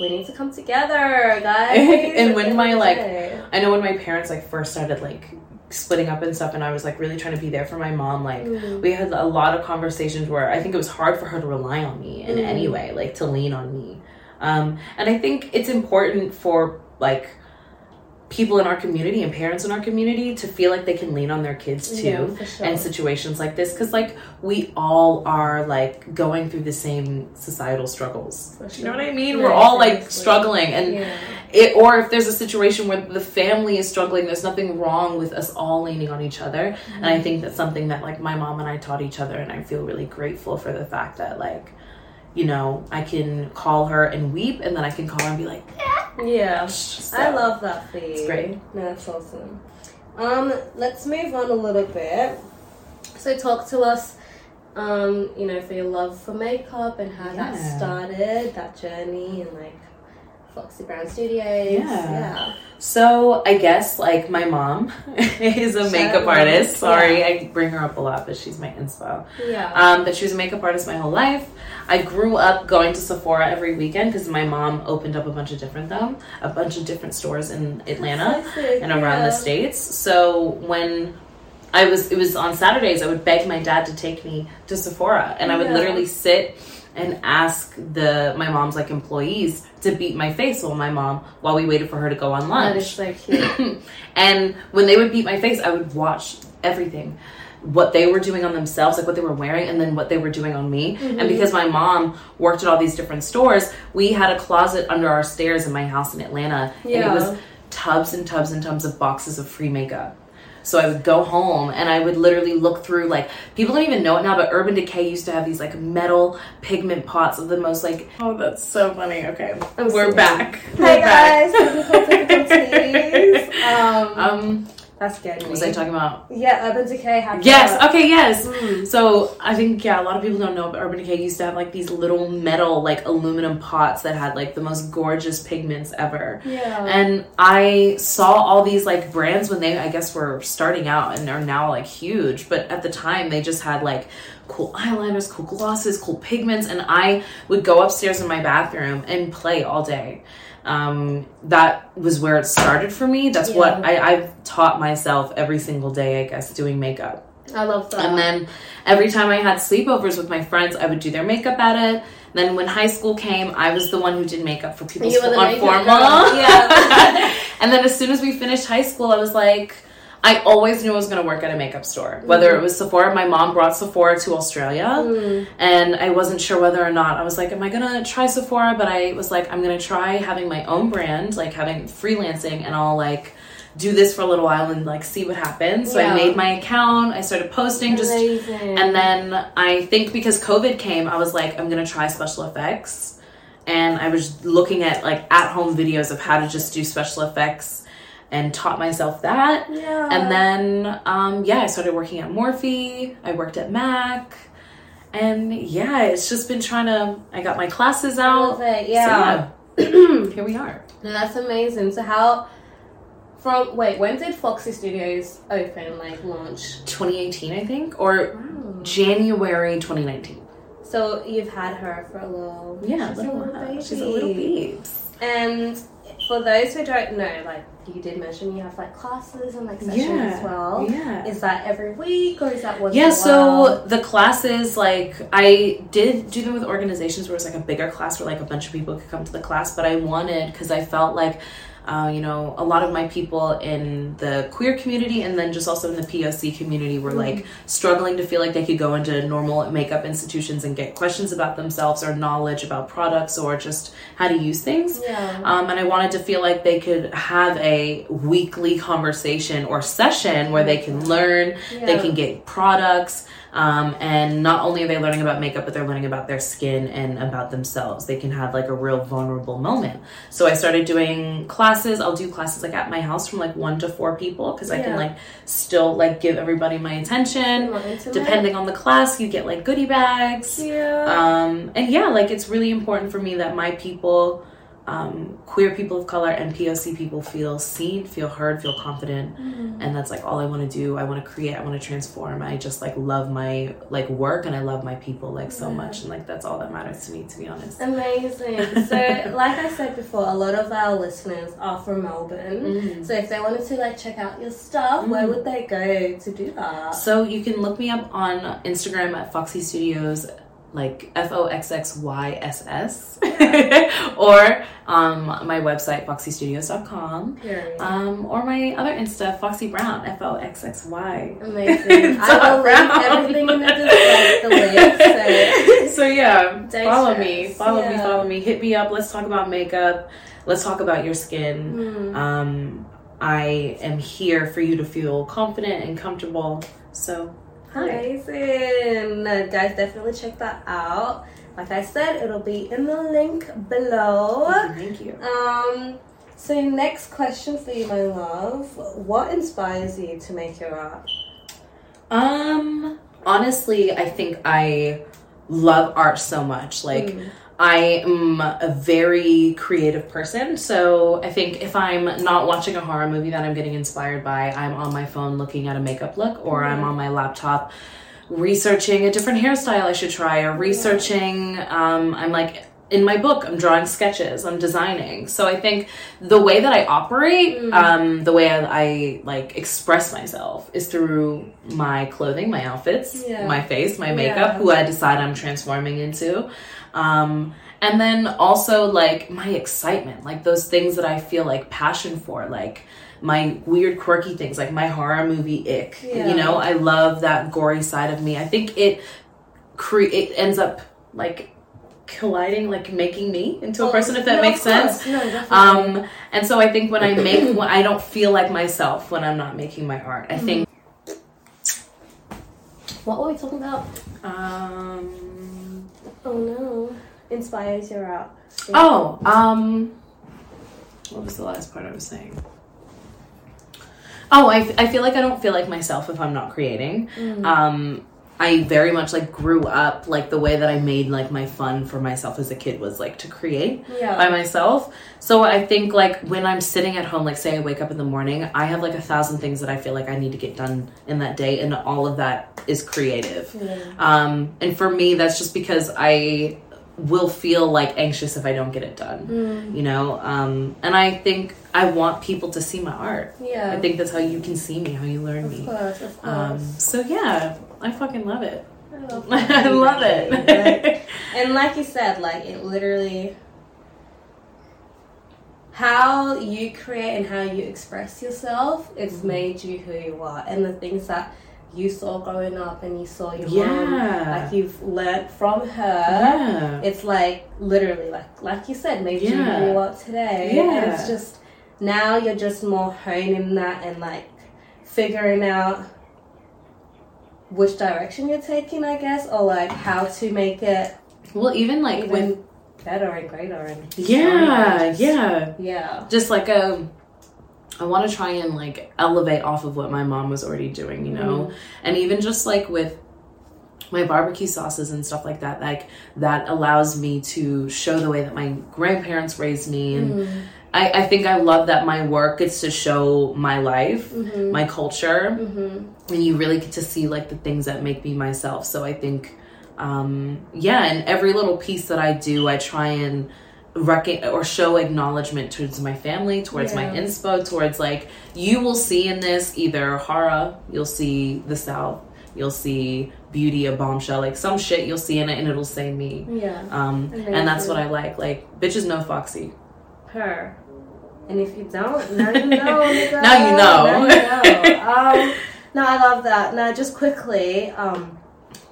Speaker 1: we need to come together, guys.
Speaker 2: And when my, like,
Speaker 1: Okay.
Speaker 2: I know when my parents like first started like splitting up and stuff, and I was like really trying to be there for my mom. Like
Speaker 1: Mm.
Speaker 2: we had a lot of conversations where I think it was hard for her to rely on me in
Speaker 1: Mm.
Speaker 2: any way, like to lean on me. Um, and I think it's important for like people in our community and parents in our community to feel like they can lean on their kids too
Speaker 1: Yeah, for sure.
Speaker 2: and situations like this because like we all are like going through the same societal struggles
Speaker 1: For
Speaker 2: do you know
Speaker 1: sure.
Speaker 2: what i mean
Speaker 1: Yeah,
Speaker 2: we're all like
Speaker 1: seriously.
Speaker 2: struggling and
Speaker 1: yeah.
Speaker 2: it, or if there's a situation where the family is struggling, there's nothing wrong with us all leaning on each other. And
Speaker 1: Mm-hmm.
Speaker 2: I think that's something that like my mom and I taught each other, and I feel really grateful for the fact that like, you know, I can call her and weep, and then I can call her and be like,
Speaker 1: yeah.
Speaker 2: "Shh,"
Speaker 1: I
Speaker 2: so.
Speaker 1: love that for you. It's
Speaker 2: great.
Speaker 1: No, that's awesome. Um, let's move on a little bit. So talk to us, um, you know, for your love for makeup and how that
Speaker 2: Yeah.
Speaker 1: started, that journey, and like Foxy Brown Studios.
Speaker 2: Yeah. So I guess like my mom is a
Speaker 1: Shout
Speaker 2: makeup
Speaker 1: out.
Speaker 2: artist. Sorry, I bring her up a lot, but she's my inspo.
Speaker 1: Yeah. Yeah.
Speaker 2: Um, but she was a makeup artist my whole life. I grew up going to Sephora every weekend because my mom opened up a bunch of different them, a bunch of different stores in Atlanta
Speaker 1: So sick,
Speaker 2: and around the
Speaker 1: yeah.
Speaker 2: states. So when I was, it was on Saturdays. I would beg my dad to take me to Sephora, and I would
Speaker 1: Yeah.
Speaker 2: literally sit and ask the my mom's like employees to beat my face while my mom while we waited for her to go on lunch
Speaker 1: That is so cute.
Speaker 2: and when they would beat my face, I would watch everything. What they were doing on themselves, like what they were wearing, and then what they were doing on me.
Speaker 1: Mm-hmm.
Speaker 2: And because my mom worked at all these different stores, we had a closet under our stairs in my house in Atlanta. And it
Speaker 1: Yeah.
Speaker 2: was tubs and tubs and tubs of boxes of free makeup. So I would go home and I would literally look through like people don't even know it now, but Urban Decay used to have these like metal pigment pots of the most like Oh that's so funny. Okay.
Speaker 1: I'm
Speaker 2: We're
Speaker 1: sorry.
Speaker 2: back.
Speaker 1: Hey
Speaker 2: We're back.
Speaker 1: guys, this is um,
Speaker 2: Um
Speaker 1: That's good.
Speaker 2: what was I talking about?
Speaker 1: yeah, Urban Decay had
Speaker 2: Yes. Okay. Yes.
Speaker 1: Mm.
Speaker 2: So I think yeah, a lot of people don't know, but Urban Decay used to have like these little metal, like aluminum pots that had like the most gorgeous pigments ever.
Speaker 1: that. Yeah.
Speaker 2: And I saw all these like brands when they, I guess, were starting out and are now like huge. But at the time, they just had like cool eyeliners, cool glosses, cool pigments. And I would go upstairs in my bathroom and play all day. Um, that was where it started for me. That's what
Speaker 1: Yeah.
Speaker 2: I, I've taught myself every single day, I guess, doing makeup.
Speaker 1: I love that.
Speaker 2: And then every time I had sleepovers with my friends, I would do their makeup at it. Then when high school came, I was the one who did makeup for people
Speaker 1: You were the
Speaker 2: on
Speaker 1: makeup
Speaker 2: formal.
Speaker 1: girl. Yeah.
Speaker 2: and then as soon as we finished high school, I was like, I always knew I was going to work at a makeup store. Whether
Speaker 1: Mm-hmm.
Speaker 2: it was Sephora, my mom brought Sephora to Australia, and I wasn't sure whether or not I was like, am I going to try Sephora? But I was like, I'm going to try having my own brand, like having freelancing, and I'll like do this for a little while and like see what happens. So
Speaker 1: Yeah.
Speaker 2: I made my account, I started posting, just
Speaker 1: Mm. Amazing.
Speaker 2: and then I think because COVID came, I was like, I'm gonna try special effects. And I was looking at like at home videos of how to just do special effects and taught myself that.
Speaker 1: yeah.
Speaker 2: And then, um, yeah, I started working at Morphe, I worked at MAC. And yeah, it's just been trying to. I got my classes out.
Speaker 1: Love it,
Speaker 2: So,
Speaker 1: yeah.
Speaker 2: yeah, here we are.
Speaker 1: No, that's amazing. So how from wait, when did Foxy Studios open, like launch?
Speaker 2: 2018, I think, or
Speaker 1: Wow.
Speaker 2: January 2019.
Speaker 1: So you've had her for a little
Speaker 2: Yeah,
Speaker 1: she's a
Speaker 2: little
Speaker 1: little
Speaker 2: while.
Speaker 1: baby.
Speaker 2: she's a little babes.
Speaker 1: And for those who don't know, like you did mention you have like classes and like sessions as well.
Speaker 2: Yeah.
Speaker 1: Is that every week or is that once
Speaker 2: yeah,
Speaker 1: in a while?
Speaker 2: so the classes, like, I did do them with organizations where it was like a bigger class where like a bunch of people could come to the class, but I wanted because I felt like, uh, you know, a lot of my people in the queer community and then just also in the POC community were like struggling to feel like they could go into normal makeup institutions and get questions about themselves or knowledge about products or just how to use things.
Speaker 1: yeah.
Speaker 2: Um, and I wanted to feel like they could have a weekly conversation or session where they can learn, they
Speaker 1: Yeah.
Speaker 2: can get products, um, and not only are they learning about makeup, but they're learning about their skin and about themselves. They can have like a real vulnerable moment. So I started doing classes. I'll do classes like at my house from like one to four people because I
Speaker 1: Yeah.
Speaker 2: can like still like give everybody my attention.
Speaker 1: More intimate?
Speaker 2: Depending on the class, you get like goodie bags.
Speaker 1: Yeah.
Speaker 2: Um, and yeah, like it's really important for me that my people, um, queer people of color and POC people, feel seen, feel heard, feel confident,
Speaker 1: Mm-hmm.
Speaker 2: and that's like all I want to do. I want to create. I want to transform. I just like love my like work and I love my people like so
Speaker 1: Yeah.
Speaker 2: much, and like that's all that matters to me, to be honest.
Speaker 1: Amazing. So, like I said before, a lot of our listeners are from Melbourne. So, if they wanted to like check out your stuff, where would they go to do that?
Speaker 2: So you can look me up on Instagram at Foxy Studios, like F O X X Y S S, or um, my website foxystudios.com.
Speaker 1: Period.
Speaker 2: Um, or my other Insta, Foxy Brown, F O X X Y.
Speaker 1: Amazing. I will link everything in the description. The link,
Speaker 2: link. So yeah,
Speaker 1: Don't
Speaker 2: follow
Speaker 1: stress.
Speaker 2: me, follow me,
Speaker 1: Yeah.
Speaker 2: follow me. Hit me up. Let's talk about makeup. Let's talk about your skin.
Speaker 1: so.
Speaker 2: Um, I am here for you to feel confident and comfortable. So hi.
Speaker 1: Amazing. No, guys, definitely check that out. Like I said, it'll be in the link below.
Speaker 2: Thank you.
Speaker 1: Um, so next question for you, my love. What inspires you to make your art?
Speaker 2: Um, honestly, I think I love art so much. Like,
Speaker 1: Mm.
Speaker 2: I am a very creative person. So, I think if I'm not watching a horror movie that I'm getting inspired by, I'm on my phone looking at a makeup look, or
Speaker 1: Mm-hmm.
Speaker 2: I'm on my laptop researching a different hairstyle I should try, or researching, um, I'm like, in my book, I'm drawing sketches, I'm designing. So I think the way that I operate,
Speaker 1: Mm-hmm.
Speaker 2: um, the way I, I like express myself is through my clothing, my outfits,
Speaker 1: Yeah.
Speaker 2: my face, my makeup,
Speaker 1: Yeah.
Speaker 2: who I decide I'm transforming into. Um, and then also like my excitement, like those things that I feel like passion for, like my weird quirky things, like my horror movie ick.
Speaker 1: Yeah.
Speaker 2: You know, I love that gory side of me. I think it cre- it ends up like colliding, like making me into a person if that
Speaker 1: Oh, No,
Speaker 2: makes
Speaker 1: of course.
Speaker 2: sense.
Speaker 1: No, definitely.
Speaker 2: Um, and so I think when I make, when I don't feel like myself when I'm not making my art. I think.
Speaker 1: what were we talking about?
Speaker 2: Um,
Speaker 1: Oh no. Inspires your art.
Speaker 2: oh, um, what was the last part I was saying? Oh, I, f- I feel like I don't feel like myself if I'm not creating.
Speaker 1: Uh,
Speaker 2: Um, I very much like grew up like the way that I made like my fun for myself as a kid was like to create. by
Speaker 1: Yeah.
Speaker 2: myself. So I think like when I'm sitting at home, like say I wake up in the morning, I have like a thousand things that I feel like I need to get done in that day, and all of that is creative.
Speaker 1: Yeah.
Speaker 2: Um, and for me, that's just because I will feel like anxious if I don't get it done.
Speaker 1: Mm.
Speaker 2: You know, um, and I think I want people to see my art.
Speaker 1: Yeah.
Speaker 2: I think that's how you can see me, how you learn
Speaker 1: Of
Speaker 2: me.
Speaker 1: course, of
Speaker 2: Um,
Speaker 1: course.
Speaker 2: so yeah, I fucking love it.
Speaker 1: I love
Speaker 2: I love
Speaker 1: Like,
Speaker 2: it.
Speaker 1: and like you said, like it literally how you create and how you express yourself, it's
Speaker 2: Mm-hmm.
Speaker 1: made you who you are. And the things that you saw growing up and you saw your mom,
Speaker 2: yeah.
Speaker 1: like you've learned from her.
Speaker 2: Yeah.
Speaker 1: It's like literally like like you said, made you
Speaker 2: Yeah.
Speaker 1: who you are today. And
Speaker 2: Yeah.
Speaker 1: it's just now you're just more honing that and like figuring out which direction you're taking, I guess, or like how to make it
Speaker 2: Well, even like
Speaker 1: even
Speaker 2: with
Speaker 1: better and greater and keep
Speaker 2: yeah,
Speaker 1: going.
Speaker 2: yeah,
Speaker 1: yeah
Speaker 2: just like um, I want to try and like elevate off of what my mom was already doing, you know, and even just like with my barbecue sauces and stuff like that, like that allows me to show the way that my grandparents raised me, and
Speaker 1: Mhm.
Speaker 2: I, I think I love that my work gets to show my life,
Speaker 1: Mhm.
Speaker 2: my culture,
Speaker 1: Mhm.
Speaker 2: and you really get to see like the things that make me myself so i think um yeah and every little piece that i do i try and rec- or show acknowledgement towards my family towards my
Speaker 1: Yeah.
Speaker 2: inspo towards like you will see in this either hara you'll see the south you'll see beauty a bombshell like some shit you'll see in it and it'll say me
Speaker 1: yeah
Speaker 2: um and that's what i like like bitches know foxy
Speaker 1: her and if you don't now you know nigga.
Speaker 2: Now you know.
Speaker 1: Now you know. um no I love that now just quickly um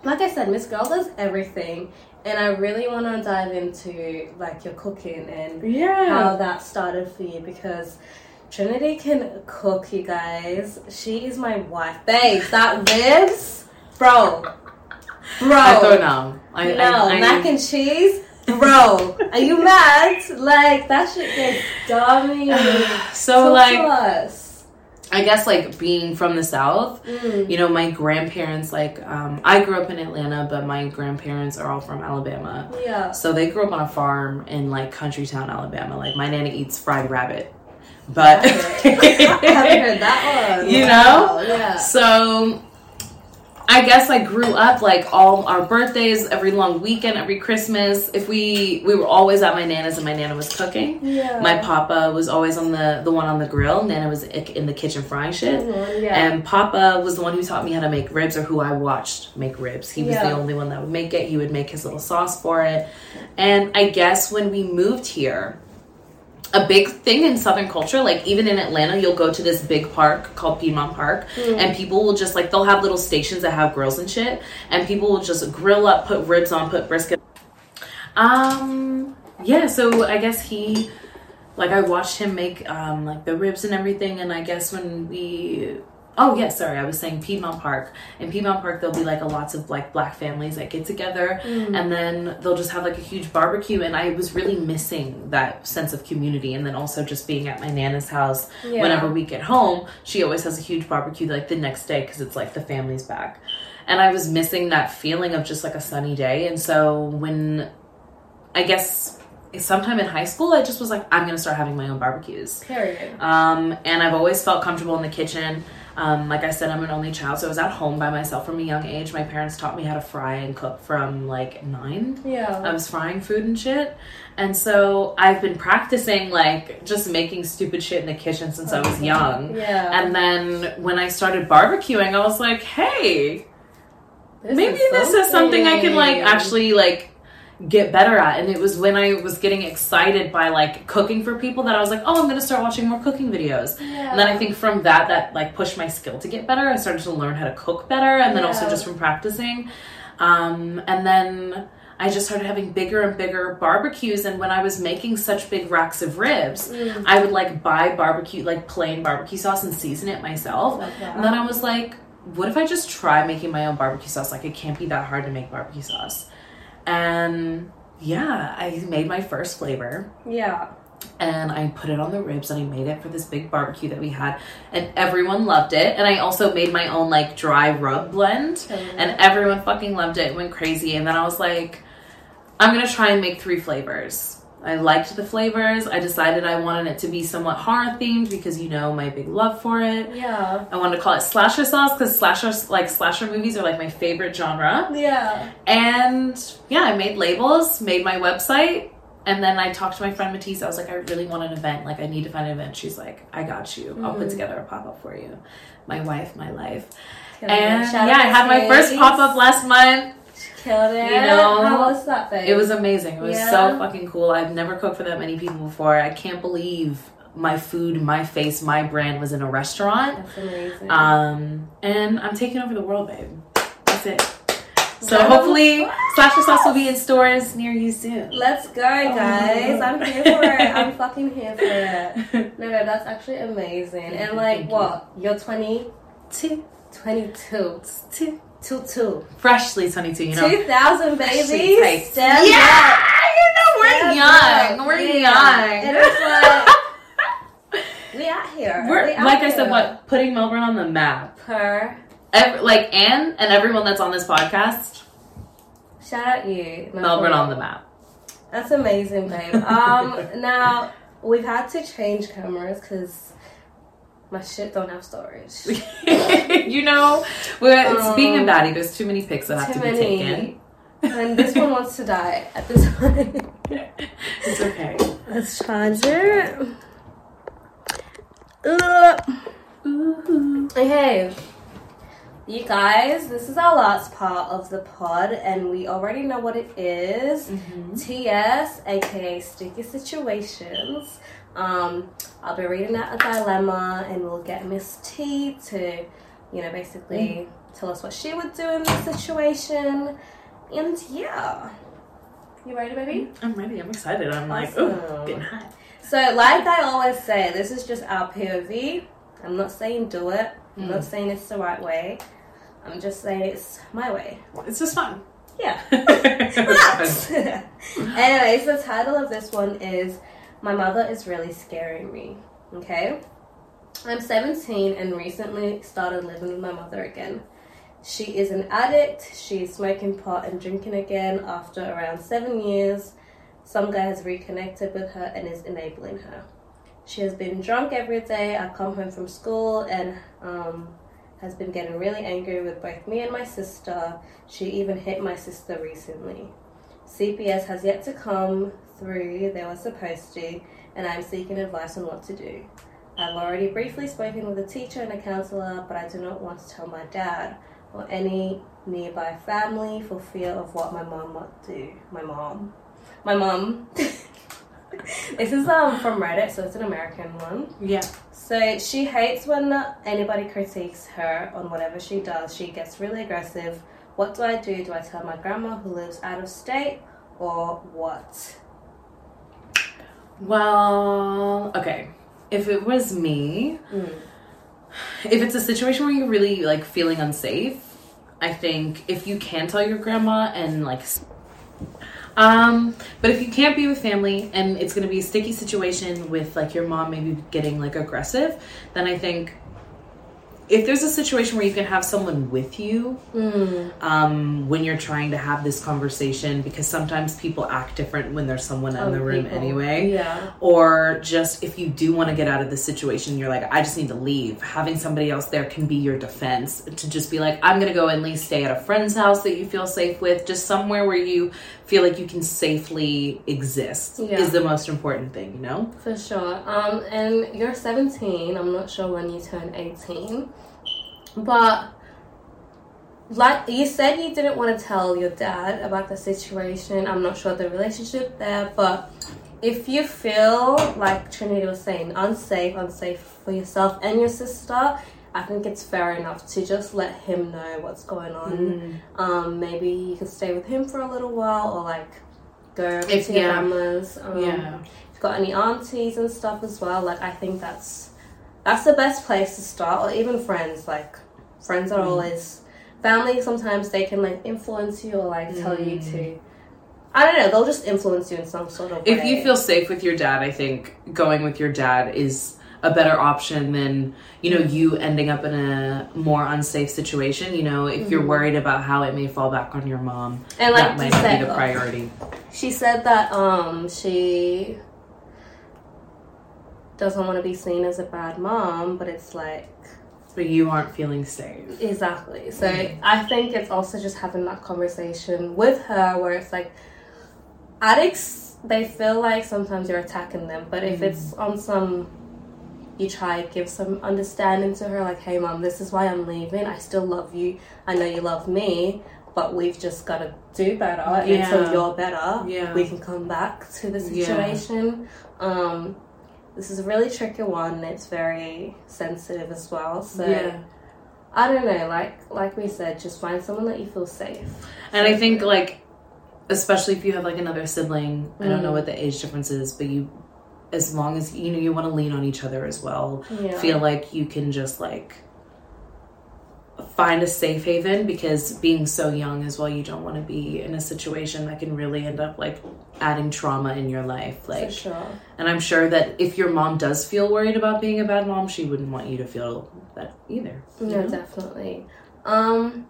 Speaker 1: like I said Miss Girl does everything and I really want to dive into like your cooking and
Speaker 2: yeah
Speaker 1: how that started for you because Trinity can cook, you guys. She is my wife. Babes, that ribs, bro. Bro.
Speaker 2: i throw Oh, no i
Speaker 1: no,
Speaker 2: I, I,
Speaker 1: mac and cheese, bro. Are you mad? Like, that shit gets dummy.
Speaker 2: so like
Speaker 1: plus.
Speaker 2: I guess like being from the South,
Speaker 1: Mm.
Speaker 2: you know, my grandparents, like, um, I grew up in Atlanta, but my grandparents are all from Alabama.
Speaker 1: Yeah.
Speaker 2: So they grew up on a farm in like country town, Alabama. Like, my nana eats fried rabbit. But,
Speaker 1: I haven't heard that one.
Speaker 2: You
Speaker 1: Wow, Yeah.
Speaker 2: so I guess I grew up like all our birthdays, every long weekend, every Christmas. If we, we were always at my nana's and my nana was cooking.
Speaker 1: Yeah.
Speaker 2: My papa was always on the, the one on the grill. Nana was in the kitchen frying shit.
Speaker 1: Mhm, Yeah.
Speaker 2: And Papa was the one who taught me how to make ribs, or who I watched make ribs. He was the
Speaker 1: Yeah.
Speaker 2: only one that would make it. He would make his little sauce for it. And I guess when we moved here, a big thing in Southern culture, like even in Atlanta, you'll go to this big park called Piedmont Park, and people will just like they'll have little stations that have grills and shit, and people will just grill up, put ribs on, put brisket. Um, yeah. So I guess he like I watched him make um, like the ribs and everything, and I guess when we oh yeah, sorry, I was saying Piedmont Park. In Piedmont Park, there'll be like a lots of like black families that get together,
Speaker 1: Mm,
Speaker 2: and then they'll just have like a huge barbecue. And I was really missing that sense of community, and then also just being at my nana's house
Speaker 1: Yeah.
Speaker 2: whenever we get home, she always has a huge barbecue like the next day because it's like the family's back. And I was missing that feeling of just like a sunny day. And so when I guess sometime in high school, I just was like, I'm gonna start having my own barbecues.
Speaker 1: Period.
Speaker 2: Um, and I've always felt comfortable in the kitchen. Um, like I said, I'm an only child, so I was at home by myself from a young age. My parents taught me how to fry and cook from like nine. I
Speaker 1: Yeah.
Speaker 2: was frying food and shit. And so I've been practicing like just making stupid shit in the kitchen since I was young.
Speaker 1: yeah.
Speaker 2: And then when I started barbecuing, I was like, hey, maybe this is something I can like actually like get better at and it was when I was getting excited by like cooking for people that I was like oh I'm gonna start watching more cooking videos
Speaker 1: Yeah.
Speaker 2: and then I think from that that like pushed my skill to get better I started to learn how to cook better and then also
Speaker 1: Yeah.
Speaker 2: just from practicing um, and then I just started having bigger and bigger barbecues and when I was making such big racks of ribs
Speaker 1: Mm.
Speaker 2: I would like buy barbecue like plain barbecue sauce and season it myself
Speaker 1: Love that.
Speaker 2: and then I was like, what if I just try making my own barbecue sauce? Like, it can't be that hard to make barbecue sauce. And yeah, I made my first flavor
Speaker 1: Yeah.
Speaker 2: and I put it on the ribs and I made it for this big barbecue that we had. And everyone loved it. And I also made my own like dry rub blend and everyone fucking loved it and went crazy. And then I was like, I'm gonna try and make three flavors. I liked the flavors. I decided I wanted it to be somewhat horror themed because you know my big love for it.
Speaker 1: Yeah.
Speaker 2: I wanted to call it slasher sauce because slasher like slasher movies are like my favorite genre.
Speaker 1: Yeah.
Speaker 2: And yeah, I made labels, made my website, and then I talked to my friend Matisse. I was like, I really want an event. Like, I need to find an event. She's like, I got you. I'll put
Speaker 1: Mhm.
Speaker 2: together a pop up for you. My wife, my life.
Speaker 1: Killed
Speaker 2: and
Speaker 1: it.
Speaker 2: yeah,
Speaker 1: Shout
Speaker 2: I
Speaker 1: out to
Speaker 2: had my first
Speaker 1: Grace.
Speaker 2: pop up last month.
Speaker 1: Killed it.
Speaker 2: You know,
Speaker 1: How was that thing?
Speaker 2: It was amazing. It was so
Speaker 1: Yeah.
Speaker 2: fucking cool. I've never cooked for that many people before. I can't believe my food, my face, my brand was in a restaurant.
Speaker 1: That's amazing.
Speaker 2: Um, and I'm taking over the world, babe. That's it. So
Speaker 1: Wow.
Speaker 2: hopefully, Slasher Sauce will be in stores near you soon.
Speaker 1: Let's go, guys.
Speaker 2: Oh.
Speaker 1: I'm here for it. I'm fucking here for it. No, no, that's actually amazing. And like,
Speaker 2: Thank you.
Speaker 1: what? You're 20,
Speaker 2: Two,
Speaker 1: 22,
Speaker 2: two.
Speaker 1: 22,
Speaker 2: Freshly 22, you know.
Speaker 1: 2000,
Speaker 2: Freshly
Speaker 1: baby.
Speaker 2: baked.
Speaker 1: Stand
Speaker 2: yeah,
Speaker 1: up.
Speaker 2: you know we're
Speaker 1: Stand
Speaker 2: young.
Speaker 1: up.
Speaker 2: We're
Speaker 1: Yeah.
Speaker 2: young.
Speaker 1: And it's like, we out here.
Speaker 2: we're
Speaker 1: we out
Speaker 2: like I said,
Speaker 1: here.
Speaker 2: what putting Melbourne on the map.
Speaker 1: Per.
Speaker 2: Ev- like Anne and everyone that's on this podcast,
Speaker 1: Shout out you.
Speaker 2: Melbourne on the map.
Speaker 1: That's amazing, babe. Um, now we've had to change cameras because my shit don't have storage.
Speaker 2: you know, we're, it's being a
Speaker 1: Um,
Speaker 2: baddie. There's too many pics that have
Speaker 1: Too
Speaker 2: to be
Speaker 1: many. And this one wants to die at this point.
Speaker 2: taken. it's okay.
Speaker 1: Let's charge it. Ugh. Mm-hmm.
Speaker 2: Ooh.
Speaker 1: Okay. You guys, this is our last part of the pod, and we already know what it is. TS, aka Sticky Situations. Um, I'll be reading out a dilemma, and we'll get Miss T to, you know, basically tell us what she would do in this situation. And yeah, you ready, baby?
Speaker 2: I'm ready. I'm excited. I'm like,
Speaker 1: Awesome.
Speaker 2: ooh, getting hot.
Speaker 1: So, like I always say, this is just our POV. I'm not saying do it. I'm
Speaker 2: Mm.
Speaker 1: not saying it's the right way. I'm just saying it's my way.
Speaker 2: It's just fun.
Speaker 1: Yeah.
Speaker 2: Relax.
Speaker 1: Anyways, the title of this one is My Mother is Really Scaring Me. Okay? I'm 17 and recently started living with my mother again. She is an addict. She is smoking pot and drinking again after around seven years. Some guy has reconnected with her and is enabling her. She has been drunk every day. I come home from school and um, has been getting really angry with both me and my sister. She even hit my sister recently. CPS has yet to come through, they were supposed to, and I'm seeking advice on what to do. I've already briefly spoken with a teacher and a counselor, but I do not want to tell my dad or any nearby family for fear of what my mom might do. My mom. My mom. this is um, from Reddit, so it's an American one.
Speaker 2: Yeah.
Speaker 1: So she hates when anybody critiques her on whatever she does. She gets really aggressive. What do I do? Do I tell my grandma who lives out of state or what?
Speaker 2: Well, okay. If it was me, if it's a situation where you're really like feeling unsafe, I think if you can tell your grandma and like s- um but if you can't be with family and it's going to be a sticky situation with like your mom maybe getting like aggressive, then I think if there's a situation where you can have someone with you
Speaker 1: Mm.
Speaker 2: um, when you're trying to have this conversation, because sometimes people act different when there's someone in the room anyway
Speaker 1: Yeah.
Speaker 2: or just if you do want to get out of the situation you're like i just need to leave having somebody else there can be your defense to just be like i'm gonna go and at least stay at a friend's house that you feel safe with just somewhere where you feel like you can safely exist
Speaker 1: Yeah.
Speaker 2: is the most important thing you know
Speaker 1: For sure. Um, and you're 17. I'm not sure when you turn 18. But, like, you said you didn't want to tell your dad about the situation. I'm not sure the relationship there, but if you feel, like Trinity was saying, unsafe, unsafe for yourself and your sister, I think it's fair enough to just let him know what's going on.
Speaker 2: Mm.
Speaker 1: Um, maybe you can stay with him for a little while or, like, go over
Speaker 2: If-
Speaker 1: to your
Speaker 2: yeah.
Speaker 1: grandma's. Um,
Speaker 2: yeah
Speaker 1: got any aunties and stuff as well. Like I think that's that's the best place to start, or even friends. Like friends are
Speaker 2: Mm.
Speaker 1: always family. Sometimes they can like influence you or like tell you
Speaker 2: Mm.
Speaker 1: to. I don't know. They'll just influence you in some sort of way.
Speaker 2: if you feel safe with your dad i think going with your dad is a better option than you know you ending up in a more unsafe situation you know if you're worried about how it may fall back on your mom
Speaker 1: And
Speaker 2: that
Speaker 1: Mm-hmm. like
Speaker 2: might
Speaker 1: you
Speaker 2: not
Speaker 1: said,
Speaker 2: be the priority
Speaker 1: she said that um she doesn't want to be seen as a bad mom, but it's like
Speaker 2: but you aren't feeling safe
Speaker 1: Exactly. So I think it's also just having that conversation with her where it's like addicts they feel like sometimes you're attacking them, but
Speaker 2: Mm.
Speaker 1: if it's on some you try to give some understanding to her like, "Hey mom, this is why I'm leaving. I still love you. I know you love me, but we've just got to do better
Speaker 2: Yeah.
Speaker 1: until you're better.
Speaker 2: Yeah.
Speaker 1: We can come back to the
Speaker 2: Yeah.
Speaker 1: situation." Um this is a really tricky one. and It's very sensitive as well. So I don't know, like like we said, just find someone that you feel safe.
Speaker 2: And I think like especially if you have like another sibling, I don't know
Speaker 1: Mm.
Speaker 2: what the age difference is, but you as long as you know you want to lean on each other as well.
Speaker 1: Yeah.
Speaker 2: Feel like you can just like find a safe haven because being so young as well you don't want to be in a situation that can really end up like adding trauma in your life
Speaker 1: for
Speaker 2: like
Speaker 1: sure.
Speaker 2: and i'm sure that if your mom does feel worried about being a bad mom she wouldn't want you to feel that either you
Speaker 1: No,
Speaker 2: know?
Speaker 1: definitely. Um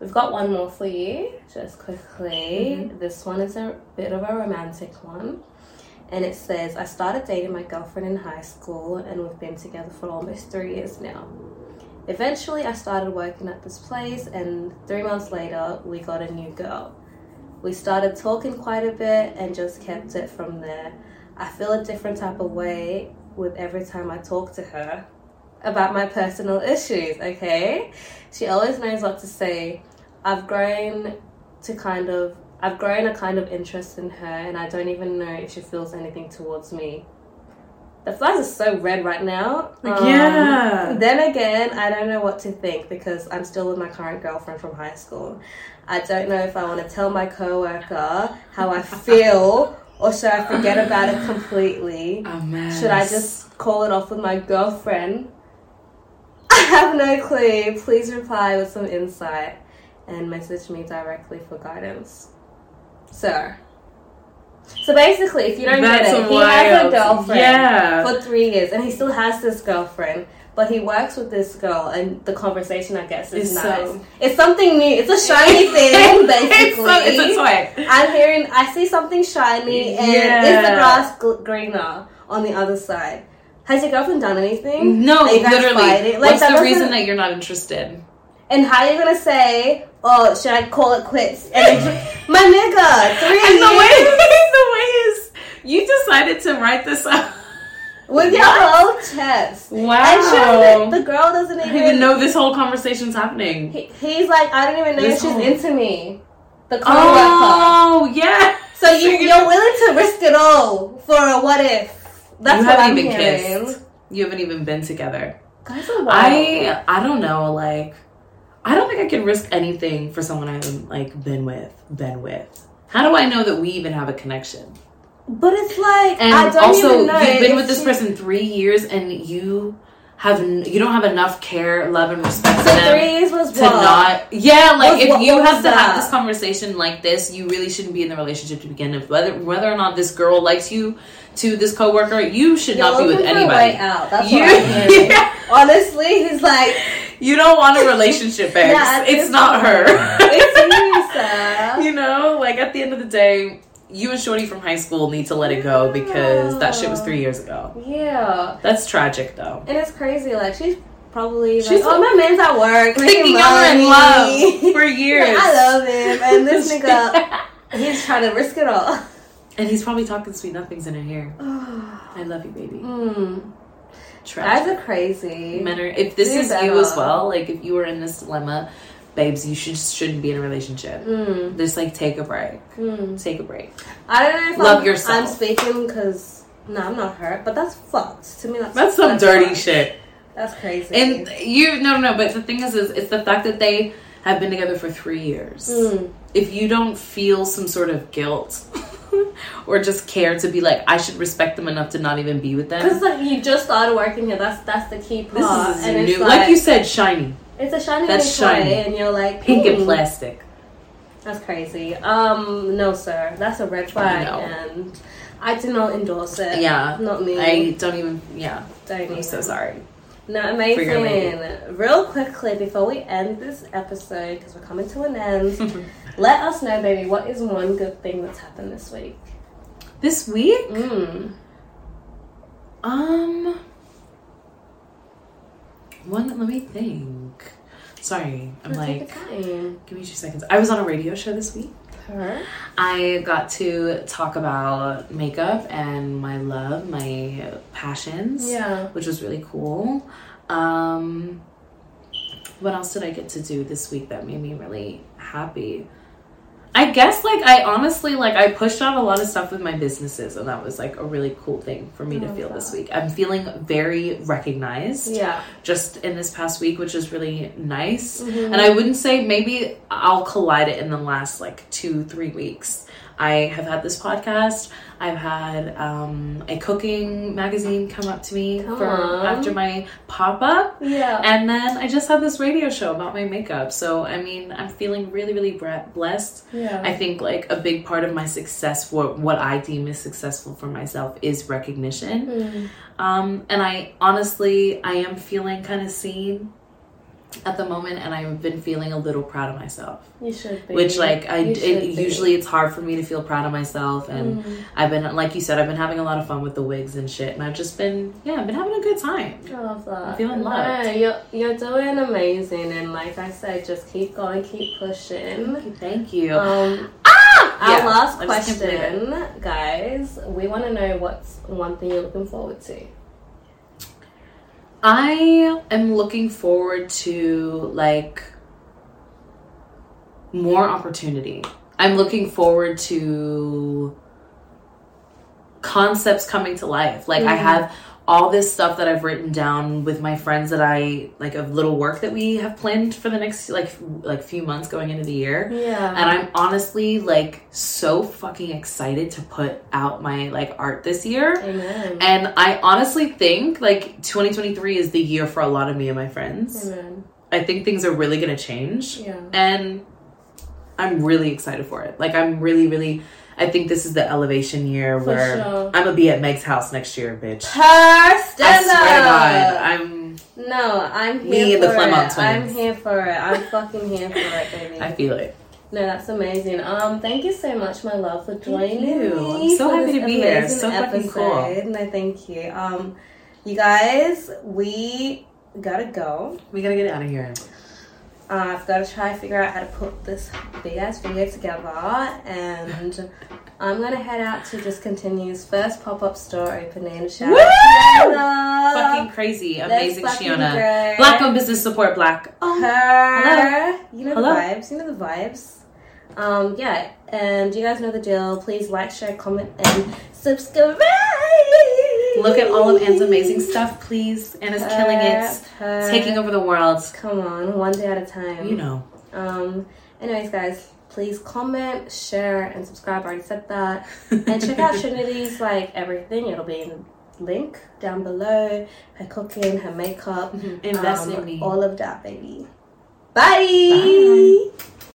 Speaker 1: we've got one more for you, just quickly. This one is a bit of a romantic one. And it says, I started dating my girlfriend in high school and we've been together for almost three years now. Eventually, I started working at this place, and three months later, we got a new girl. We started talking quite a bit and just kept it from there. I feel a different type of way with every time I talk to her about my personal issues, okay? She always knows what to say. I've grown to kind of I've grown a kind of interest in her and I don't even know if she feels anything towards me. The flags are so red right now. Um,
Speaker 2: yeah
Speaker 1: then again, I don't know what to think because I'm still with my current girlfriend from high school. I don't know if I want to tell my coworker how I feel or should I forget about it completely?
Speaker 2: A mess.
Speaker 1: Should I just call it off with my girlfriend? I have no clue. Please reply with some insight and message me directly for guidance. So, so basically, if you don't
Speaker 2: That's
Speaker 1: get it, he has a
Speaker 2: wild.
Speaker 1: girlfriend
Speaker 2: Yeah.
Speaker 1: for three years, and he still has this girlfriend. But he works with this girl, and the conversation, I guess, is
Speaker 2: It's
Speaker 1: nice.
Speaker 2: so-
Speaker 1: It's something new. It's a shiny thing, basically.
Speaker 2: it's, a, it's a toy.
Speaker 1: I'm hearing, I see something shiny, and is the
Speaker 2: Yeah.
Speaker 1: grass gl- greener on the other side? Has your girlfriend done anything?
Speaker 2: No,
Speaker 1: Are you guys
Speaker 2: literally.
Speaker 1: fighting? Like,
Speaker 2: What's
Speaker 1: that
Speaker 2: the
Speaker 1: doesn't-
Speaker 2: reason that you're not interested?
Speaker 1: And how are you gonna say, "Oh, should I call it quits?" And then, my nigga, three
Speaker 2: And the way,
Speaker 1: years
Speaker 2: the way is, you decided to write this up.
Speaker 1: with your whole chest.
Speaker 2: Wow.
Speaker 1: And sure, the, the girl doesn't
Speaker 2: I didn't even know this whole conversation's happening.
Speaker 1: He- he's like, I don't even know
Speaker 2: This
Speaker 1: if she's
Speaker 2: whole-
Speaker 1: into me. The coworker.
Speaker 2: Oh, yeah.
Speaker 1: so you, you're willing to risk it all for a what if? That's
Speaker 2: You
Speaker 1: what I'm
Speaker 2: haven't even
Speaker 1: hearing.
Speaker 2: kissed. You haven't even been together.
Speaker 1: Guys are wild.
Speaker 2: I I don't know, like I don't think I can risk anything for someone I haven't like been with, been with. How do I know that we even have a connection?
Speaker 1: but it's like
Speaker 2: And
Speaker 1: I don't
Speaker 2: also,
Speaker 1: even know.
Speaker 2: you've been
Speaker 1: if
Speaker 2: with this
Speaker 1: she-
Speaker 2: person three years, and you have n- you don't have enough care, love, and respect for
Speaker 1: So
Speaker 2: them
Speaker 1: three years was
Speaker 2: to
Speaker 1: what?
Speaker 2: not. Yeah, like
Speaker 1: What-
Speaker 2: if
Speaker 1: what-
Speaker 2: you
Speaker 1: what
Speaker 2: have
Speaker 1: was
Speaker 2: to have
Speaker 1: that?
Speaker 2: this conversation like this, you really shouldn't be in the relationship to begin with. Whether whether or not this girl likes you, to this coworker, you should
Speaker 1: You're
Speaker 2: not be with
Speaker 1: looking for a way
Speaker 2: anybody.
Speaker 1: out. That's
Speaker 2: You,
Speaker 1: what I'm hearing. Honestly, he's like,
Speaker 2: you don't want a relationship, ex.
Speaker 1: Yeah, at
Speaker 2: it's
Speaker 1: this
Speaker 2: not
Speaker 1: point, it's you,
Speaker 2: her.
Speaker 1: sir.
Speaker 2: you know, like at the end of the day, you and Shorty from high school need to let it go because that shit was three years ago.
Speaker 1: yeah,
Speaker 2: That's tragic, though.
Speaker 1: and it's crazy. Like she's probably like,
Speaker 2: She's-
Speaker 1: oh my man's at work making
Speaker 2: thinking y'all are in
Speaker 1: money."
Speaker 2: love for years.
Speaker 1: Like, I love him, and this nigga, he's trying to risk it all.
Speaker 2: and he's probably talking sweet nothings in her ear. I love you, baby.
Speaker 1: Mm, guys
Speaker 2: Tragic.
Speaker 1: are crazy.
Speaker 2: Men are, if this
Speaker 1: Do
Speaker 2: is
Speaker 1: better.
Speaker 2: you as well, like if you were in this dilemma, babes, you should shouldn't be in a relationship.
Speaker 1: Mm,
Speaker 2: Just like take a break.
Speaker 1: mm.
Speaker 2: Take a break.
Speaker 1: I don't know if
Speaker 2: Love
Speaker 1: I'm,
Speaker 2: yourself.
Speaker 1: I'm speaking because no, I'm not hurt, but that's fucked. To me, that's
Speaker 2: That's some dirty
Speaker 1: fucked.
Speaker 2: shit.
Speaker 1: That's crazy.
Speaker 2: And you no no, but the thing is, is it's the fact that they have been together for three years.
Speaker 1: Mm.
Speaker 2: If you don't feel some sort of guilt or just care to be like, I should respect them enough to not even be with them.
Speaker 1: Because like you just started working here, that's that's the key
Speaker 2: This
Speaker 1: part.
Speaker 2: is
Speaker 1: and
Speaker 2: new,
Speaker 1: it's
Speaker 2: like,
Speaker 1: like,
Speaker 2: you said, shiny,
Speaker 1: it's a shiny
Speaker 2: That's
Speaker 1: new toy,
Speaker 2: shiny.
Speaker 1: and you're like
Speaker 2: pink
Speaker 1: "Hmm,
Speaker 2: and plastic.
Speaker 1: That's crazy. Um, no, sir, that's a red flag,
Speaker 2: No.
Speaker 1: and I do not endorse it.
Speaker 2: Yeah.
Speaker 1: Not me.
Speaker 2: I don't even. Yeah.
Speaker 1: Don't
Speaker 2: I'm
Speaker 1: even.
Speaker 2: so sorry.
Speaker 1: No, amazing.
Speaker 2: lady.
Speaker 1: Real quickly, before we end this episode, because we're coming to an end, let us know, baby, what is one good thing that's happened this week?
Speaker 2: This week,
Speaker 1: Mm.
Speaker 2: um, one. Let me think. Sorry, I'm like,
Speaker 1: Take your time.
Speaker 2: give me two seconds. I was on a radio show this week.
Speaker 1: Her?
Speaker 2: I got to talk about makeup and my love, my passions,
Speaker 1: Yeah.
Speaker 2: which was really cool. Um, what else did I get to do this week that made me really happy? I guess like I honestly like I pushed out a lot of stuff with my businesses and that was like a really cool thing for me to
Speaker 1: love
Speaker 2: feel
Speaker 1: that.
Speaker 2: this week. I'm feeling very recognized
Speaker 1: Yeah.
Speaker 2: just in this past week, which is really nice.
Speaker 1: Mhm.
Speaker 2: And I wouldn't say maybe I'll collide it in the last like two, three weeks. I have had this podcast. I've had um, a cooking magazine come up to me
Speaker 1: Come
Speaker 2: for
Speaker 1: on.
Speaker 2: after my pop up,
Speaker 1: Yeah.
Speaker 2: and then I just had this radio show about my makeup. So I mean, I'm feeling really, really bre- blessed.
Speaker 1: yeah.
Speaker 2: I think like a big part of my success for what I deem is successful for myself is recognition.
Speaker 1: Mm.
Speaker 2: Um, and I honestly, I am feeling kind of seen at the moment, and I've been feeling a little proud of myself.
Speaker 1: You should be.
Speaker 2: Which, like, I
Speaker 1: You should
Speaker 2: it,
Speaker 1: be.
Speaker 2: usually it's hard for me to feel proud of myself, and
Speaker 1: Mm.
Speaker 2: I've been, like you said, I've been having a lot of fun with the wigs and shit, and I've just been, yeah, I've been having a good time.
Speaker 1: I love that.
Speaker 2: I'm feeling loved.
Speaker 1: No, you're, you're doing amazing, and like I said, just keep going, keep pushing.
Speaker 2: Thank you.
Speaker 1: Um, Our
Speaker 2: Ah! Yeah,
Speaker 1: last
Speaker 2: I just can't believe
Speaker 1: question, guys. We want to know what's one thing you're looking forward to.
Speaker 2: I am looking forward to like more opportunity. I'm looking forward to concepts coming to life. Like I
Speaker 1: Mhm.
Speaker 2: have all this stuff that I've written down with my friends that I like of little work that we have planned for the next like f- like few months going into the year. And
Speaker 1: Yeah.
Speaker 2: I'm honestly like so fucking excited to put out my like art this year.
Speaker 1: Amen.
Speaker 2: And I honestly think like 2023 is the year for a lot of me and my friends.
Speaker 1: Amen.
Speaker 2: I think things are really going to change.
Speaker 1: Yeah.
Speaker 2: And I'm really excited for it. Like, I'm really, really, I think this is the elevation year
Speaker 1: For
Speaker 2: where
Speaker 1: sure.
Speaker 2: I'm going to be at Meg's house next year, bitch.
Speaker 1: Her
Speaker 2: I
Speaker 1: stand
Speaker 2: swear to God.
Speaker 1: up.
Speaker 2: I'm,
Speaker 1: no, I'm here
Speaker 2: Me and
Speaker 1: for
Speaker 2: the Flem Out
Speaker 1: it. I'm
Speaker 2: twins.
Speaker 1: here for it. I'm fucking here for it, baby.
Speaker 2: I feel it.
Speaker 1: No, that's amazing. Um, thank you so much, my love, for joining
Speaker 2: you.
Speaker 1: me.
Speaker 2: I'm so
Speaker 1: for
Speaker 2: happy
Speaker 1: this
Speaker 2: to be here.
Speaker 1: amazing
Speaker 2: So fucking cool.
Speaker 1: episode. No, thank you. Um, you guys, we gotta go.
Speaker 2: We got to get out of here.
Speaker 1: Uh, I've got to try to figure out how to put this big ass video together, and I'm gonna head out to just continue's first pop up store opening. Shout
Speaker 2: Woo!
Speaker 1: out to
Speaker 2: Fucking crazy.
Speaker 1: That's
Speaker 2: Amazing,
Speaker 1: fucking
Speaker 2: Shiona.
Speaker 1: great.
Speaker 2: Black owned business support, black.
Speaker 1: her. You know
Speaker 2: Hello?
Speaker 1: the vibes. You know the vibes. Um, yeah, and you guys know the deal. Please like, share, comment, and subscribe.
Speaker 2: Look at all of Anne's amazing stuff, please. Anna's killing it,
Speaker 1: Her.
Speaker 2: taking over the world.
Speaker 1: Come on, one day at a time.
Speaker 2: You know.
Speaker 1: Um, anyways, guys, please comment, share, and subscribe. I already said that. And check out Trinity's like everything. It'll be in the link down below. Her cooking, her makeup,
Speaker 2: Invest in
Speaker 1: um,
Speaker 2: me.
Speaker 1: all of that, baby. Bye.